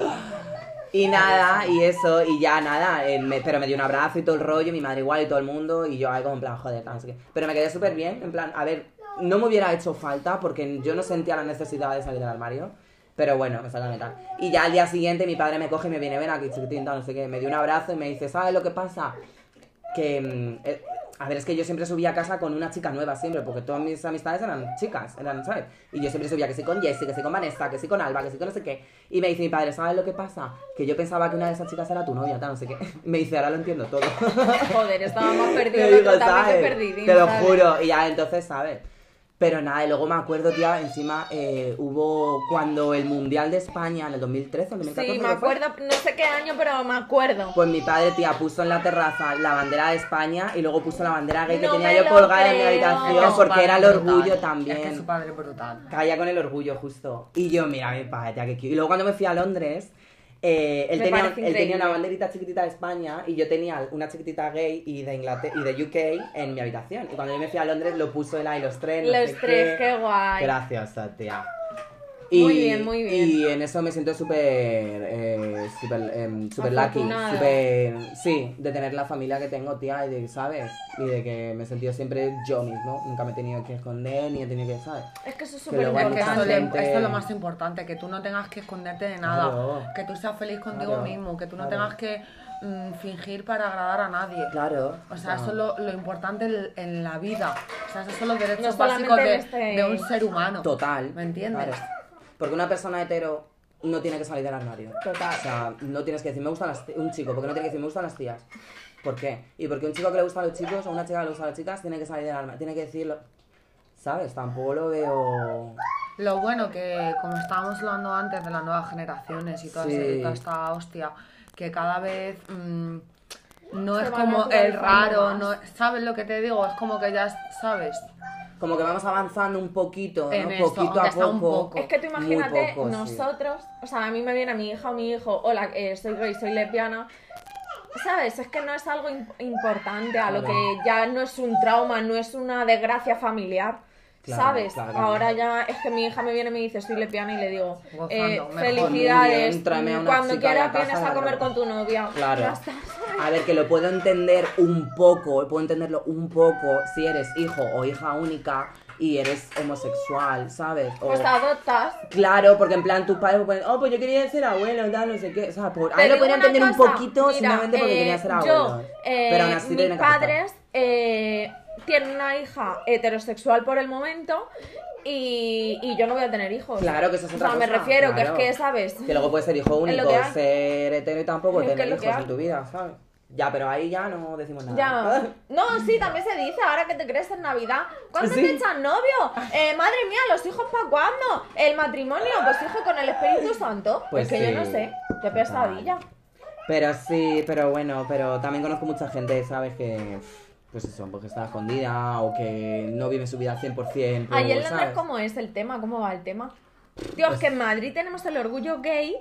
Speaker 2: Y nada, y eso, y ya nada, eh, me- pero me dio un abrazo y todo el rollo, mi madre igual y todo el mundo, y yo ahí como en plan, joder, tal, no sé qué. Pero me quedé súper bien, en plan, a ver, no me hubiera hecho falta porque yo no sentía la necesidad de salir del armario, pero bueno, me sacan de tal. Y ya al día siguiente mi padre me coge y me viene, ven aquí, chiquitín, tal, no sé qué, me dio un abrazo y me dice, ¿sabes lo que pasa? que mm, eh, a ver, es que yo siempre subía a casa con una chica nueva, siempre, porque todas mis amistades eran chicas, eran, ¿sabes? Y yo siempre subía que sí con Jessie, que sí con Vanessa, que sí con Alba, que sí con no sé qué. Y me dice mi padre, ¿sabes lo que pasa? Que yo pensaba que una de esas chicas era tu novia, tal, no sé qué. Me dice, ahora lo entiendo todo.
Speaker 3: Joder, estaba más
Speaker 2: Le
Speaker 3: perdido. el
Speaker 2: digo,
Speaker 3: otro también que
Speaker 2: "¿Sabes?
Speaker 3: perdidín,
Speaker 2: eh, Te lo
Speaker 3: ¿sabes?
Speaker 2: juro. Y ya entonces, ¿sabes? Pero nada, y luego me acuerdo, tía, encima eh, hubo cuando el Mundial de España en el 2013, el 2014.
Speaker 3: Sí, me
Speaker 2: creo que fue,
Speaker 3: acuerdo, no sé qué año, pero me acuerdo.
Speaker 2: Pues mi padre, tía, puso en la terraza la bandera de España y luego puso la bandera gay que
Speaker 3: No
Speaker 2: tenía
Speaker 3: me
Speaker 2: yo
Speaker 3: lo
Speaker 2: colgada en mi
Speaker 3: creo.
Speaker 2: habitación
Speaker 3: Es que su
Speaker 2: porque era el orgullo
Speaker 1: Es
Speaker 2: también.
Speaker 1: que su padre es brutal.
Speaker 2: Caía con el orgullo justo. Y yo, mira, mi padre, tía, que cute. Y luego cuando me fui a Londres, eh, él,
Speaker 3: Me
Speaker 2: tenía,
Speaker 3: parece
Speaker 2: él tenía
Speaker 3: increíble.
Speaker 2: una banderita chiquitita de España y yo tenía una chiquitita gay y de Inglaterra y de UK en mi habitación. Y cuando yo me fui a Londres lo puso él ahí los tres. no
Speaker 3: Los
Speaker 2: sé
Speaker 3: tres, qué guay.
Speaker 2: Gracias, a tía.
Speaker 3: Muy bien, muy bien.
Speaker 2: Y en eso me siento súper, eh, súper, em, súper lucky,
Speaker 3: Afortunada.
Speaker 2: súper, sí, de tener la familia que tengo, tía, y de, ¿sabes? Y de que me he sentido siempre yo mismo, nunca me he tenido que esconder, ni he tenido que, ¿sabes?
Speaker 3: Es que eso es
Speaker 2: Que
Speaker 3: súper
Speaker 2: luego hay
Speaker 1: Es que
Speaker 2: mucha
Speaker 1: esto,
Speaker 3: importante.
Speaker 1: le-
Speaker 2: gente-
Speaker 1: esto es lo más importante, que tú no tengas que esconderte de nada,
Speaker 2: Claro.
Speaker 1: que tú seas feliz contigo
Speaker 2: Claro,
Speaker 1: mismo, que tú no
Speaker 2: claro.
Speaker 1: tengas que mm, fingir para agradar a nadie.
Speaker 2: Claro. Ah.
Speaker 1: O sea, eso es lo, lo importante en, en la vida. O sea, esos son los derechos
Speaker 3: No solamente
Speaker 1: básicos de,
Speaker 3: en este-
Speaker 1: de un ser humano.
Speaker 2: Total.
Speaker 1: ¿Me entiendes?
Speaker 2: Porque una persona hetero no tiene que salir del armario. Total. O sea, no tienes que decir, me gustan las ti- un chico, porque no tiene que decir, me gustan las tías. ¿Por qué? Y porque un chico que le gusta a los chicos o una chica que le gusta a las chicas tiene que salir del armario, tiene que decirlo. ¿Sabes? Tampoco lo veo...
Speaker 1: Lo bueno que, como estábamos hablando antes de las nuevas generaciones y toda,
Speaker 2: Sí.
Speaker 1: ese- toda esta hostia, que cada vez mm, no
Speaker 3: Se
Speaker 1: es
Speaker 3: van
Speaker 1: como el
Speaker 3: naturalizando
Speaker 1: raro, no,
Speaker 3: más.
Speaker 1: ¿sabes lo que te digo? Es como que ya es- sabes.
Speaker 2: Como que vamos avanzando un poquito,
Speaker 1: En
Speaker 2: ¿no?
Speaker 1: esto,
Speaker 2: poquito a
Speaker 1: aunque sea
Speaker 2: poco.
Speaker 1: un poco.
Speaker 3: Es que tú
Speaker 2: Muy
Speaker 3: imagínate
Speaker 2: poco, sí.
Speaker 3: nosotros, o sea, a mí me viene mi hija o mi hijo, hola, eh, soy gay, soy lesbiana. ¿Sabes? Es que no es algo im- importante, a lo
Speaker 2: Claro.
Speaker 3: que ya no es un trauma, no es una desgracia familiar.
Speaker 2: Claro,
Speaker 3: ¿Sabes?
Speaker 2: claro.
Speaker 3: Ahora ya es que mi hija me viene y me dice, soy lesbiana y le digo,
Speaker 1: Gozando,
Speaker 3: eh,
Speaker 1: mejor.
Speaker 3: felicidades,
Speaker 2: Muy bien, tráeme a una
Speaker 3: cuando
Speaker 2: chica a la
Speaker 3: quieras vienes
Speaker 2: casa,
Speaker 3: a comer
Speaker 2: claro.
Speaker 3: con tu novia.
Speaker 2: Claro.
Speaker 3: Ya está.
Speaker 2: A ver, que lo puedo entender un poco, puedo entenderlo un poco si eres hijo o hija única y eres homosexual, ¿sabes? O-
Speaker 3: Pues adoptas.
Speaker 2: Claro, porque en plan tus padres me ponen, oh, pues yo quería ser abuelo, tal, no sé qué. O sea, por...
Speaker 3: Te
Speaker 2: ahí lo
Speaker 3: digo
Speaker 2: podría
Speaker 3: una
Speaker 2: entender un
Speaker 3: cosa,
Speaker 2: poquito
Speaker 3: mira,
Speaker 2: simplemente porque
Speaker 3: eh,
Speaker 2: quería ser abuelo.
Speaker 3: Yo, eh,
Speaker 2: Pero aún así
Speaker 3: mis
Speaker 2: tiene que aceptar.
Speaker 3: padres eh, tienen una hija heterosexual por el momento y, y yo no voy a tener hijos.
Speaker 2: Claro que eso es
Speaker 3: O
Speaker 2: otra
Speaker 3: sea, me
Speaker 2: cosa,
Speaker 3: refiero
Speaker 2: claro.
Speaker 3: que es que, ¿sabes?
Speaker 2: Que luego puedes ser hijo
Speaker 3: Es lo
Speaker 2: único,
Speaker 3: que hay.
Speaker 2: ser hetero y tampoco
Speaker 3: Es que
Speaker 2: tener
Speaker 3: es lo que
Speaker 2: hijos
Speaker 3: hay.
Speaker 2: en tu vida, ¿sabes? Ya, pero ahí ya no decimos nada.
Speaker 3: Ya. No, sí, también se dice ahora que te crees en Navidad. ¿Cuándo
Speaker 2: Sí.
Speaker 3: te echas novio? Eh, madre mía, ¿los hijos para cuándo? ¿El matrimonio? Pues hijo con el Espíritu Santo.
Speaker 2: Pues
Speaker 3: es que
Speaker 2: sí.
Speaker 3: yo no sé. Qué pesadilla.
Speaker 2: Pero sí, pero bueno, pero también conozco mucha gente, ¿sabes? Que, uf, pues eso, porque está escondida o que no vive su vida al 100%. o,
Speaker 3: Ayer en Londres,
Speaker 2: ¿sabes?
Speaker 3: ¿cómo es el tema? ¿Cómo va el tema? Tío, es que en Madrid tenemos el orgullo gay,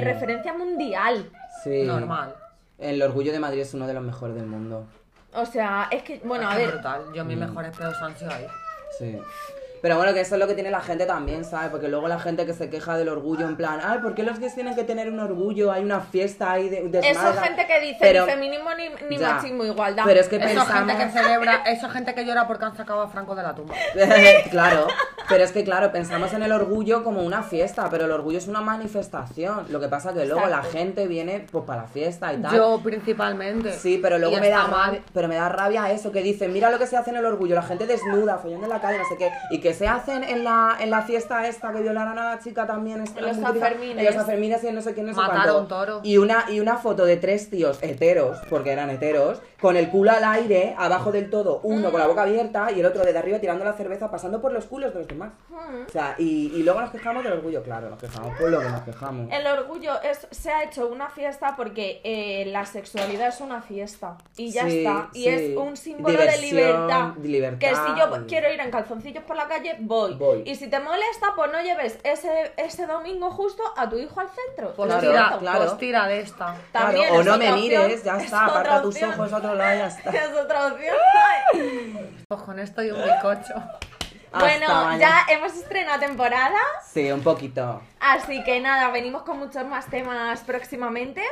Speaker 2: Pues Sí.
Speaker 3: referencia mundial.
Speaker 2: Sí.
Speaker 1: Normal.
Speaker 2: El orgullo de Madrid es uno de los mejores del mundo.
Speaker 3: O sea, es que, bueno,
Speaker 1: Es
Speaker 3: a
Speaker 1: que es
Speaker 3: ver,
Speaker 1: brutal. Yo mis
Speaker 2: Mm.
Speaker 1: mejores pedos han sido ahí.
Speaker 2: Sí. Pero bueno, que eso es lo que tiene la gente también, ¿sabes? Porque luego la gente que se queja del orgullo, en plan, ay, ¿por qué los gays tienen que tener un orgullo? Hay una fiesta ahí de, de
Speaker 3: eso es
Speaker 2: desmadre".
Speaker 3: gente que dice
Speaker 2: Pero-
Speaker 3: ni feminismo ni, ni
Speaker 2: Ya.
Speaker 3: machismo, igualdad.
Speaker 2: Pero es que
Speaker 1: Esa
Speaker 2: pensamos...
Speaker 1: gente que celebra, esa gente que llora porque han sacado a Franco de la tumba.
Speaker 2: claro, pero es que claro, pensamos en el orgullo como una fiesta, pero el orgullo es una manifestación. Lo que pasa que luego la
Speaker 3: Exacto.
Speaker 2: gente viene pues para la fiesta y tal.
Speaker 1: Yo principalmente.
Speaker 2: Sí, pero luego
Speaker 1: Y
Speaker 2: me da
Speaker 1: está mal.
Speaker 2: rabia, pero me da rabia eso que dicen, mira lo que se hace en el orgullo, la gente desnuda, follando en la calle, no sé qué, y que se hacen en la, en la fiesta esta que violaron a la chica también, esta,
Speaker 3: En los
Speaker 2: muy típica,
Speaker 3: Sanfermines.
Speaker 2: en los Sanfermines y en no sé quién, no sé
Speaker 1: Mataron
Speaker 2: cuánto.
Speaker 1: un toro.
Speaker 2: Y una, y una foto de tres tíos heteros, porque eran heteros, con el culo al aire, abajo del todo, uno con la boca abierta y el otro desde arriba tirando la cerveza, pasando por los culos de los demás. O sea, y, y luego nos quejamos del orgullo, claro, nos quejamos por lo que nos quejamos.
Speaker 3: El orgullo es, se ha hecho una fiesta porque eh, la sexualidad es una fiesta. Y ya
Speaker 2: Sí,
Speaker 3: está. Y
Speaker 2: sí.
Speaker 3: es un símbolo de
Speaker 2: Diversión,
Speaker 3: libertad.
Speaker 2: de libertad.
Speaker 3: Que si yo quiero ir en calzoncillos por la calle, voy.
Speaker 2: Voy.
Speaker 3: Y si te molesta, pues no lleves ese, ese domingo justo a tu hijo al centro.
Speaker 1: Pues,
Speaker 3: Lo
Speaker 2: Claro,
Speaker 1: tira,
Speaker 3: siento.
Speaker 2: claro.
Speaker 1: pues tira de esta.
Speaker 2: Claro,
Speaker 3: También
Speaker 2: o
Speaker 3: es
Speaker 2: no
Speaker 3: otra
Speaker 2: me
Speaker 3: opción,
Speaker 2: mires, ya
Speaker 3: es
Speaker 2: está,
Speaker 3: otra
Speaker 2: aparta tus
Speaker 3: opción.
Speaker 2: ojos a otro lado, ya está.
Speaker 3: Es otra opción.
Speaker 1: Pues con esto y un bizcocho.
Speaker 2: Hasta
Speaker 3: bueno, ya
Speaker 2: mañana.
Speaker 3: hemos estrenado temporada.
Speaker 2: Sí, un poquito.
Speaker 3: Así que nada, venimos con muchos más temas próximamente.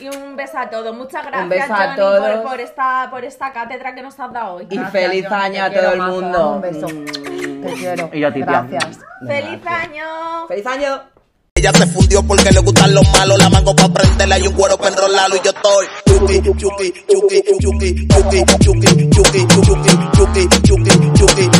Speaker 3: Y un beso a todos. Muchas gracias,
Speaker 2: Un beso a
Speaker 3: Johnny,
Speaker 2: todos.
Speaker 3: Por, por esta, por esta cátedra que nos has dado hoy.
Speaker 2: Y
Speaker 1: Gracias,
Speaker 2: feliz
Speaker 1: Johnny,
Speaker 2: año
Speaker 1: te
Speaker 2: a
Speaker 1: quiero,
Speaker 2: todo el
Speaker 1: mazo.
Speaker 2: mundo. Mm.
Speaker 1: Un beso. Te quiero.
Speaker 2: Y a ti, tía.
Speaker 1: Gracias.
Speaker 3: ¡Feliz año!
Speaker 2: ¡Feliz año!
Speaker 5: Ella se fundió porque le gustan los malos, la mango pa' prenderla y un cuero pa' enrolarlo y yo estoy chuki, chuki, chuki, chuki, chuki, chuki, chuki, chuki, chuki, chuki, chuki,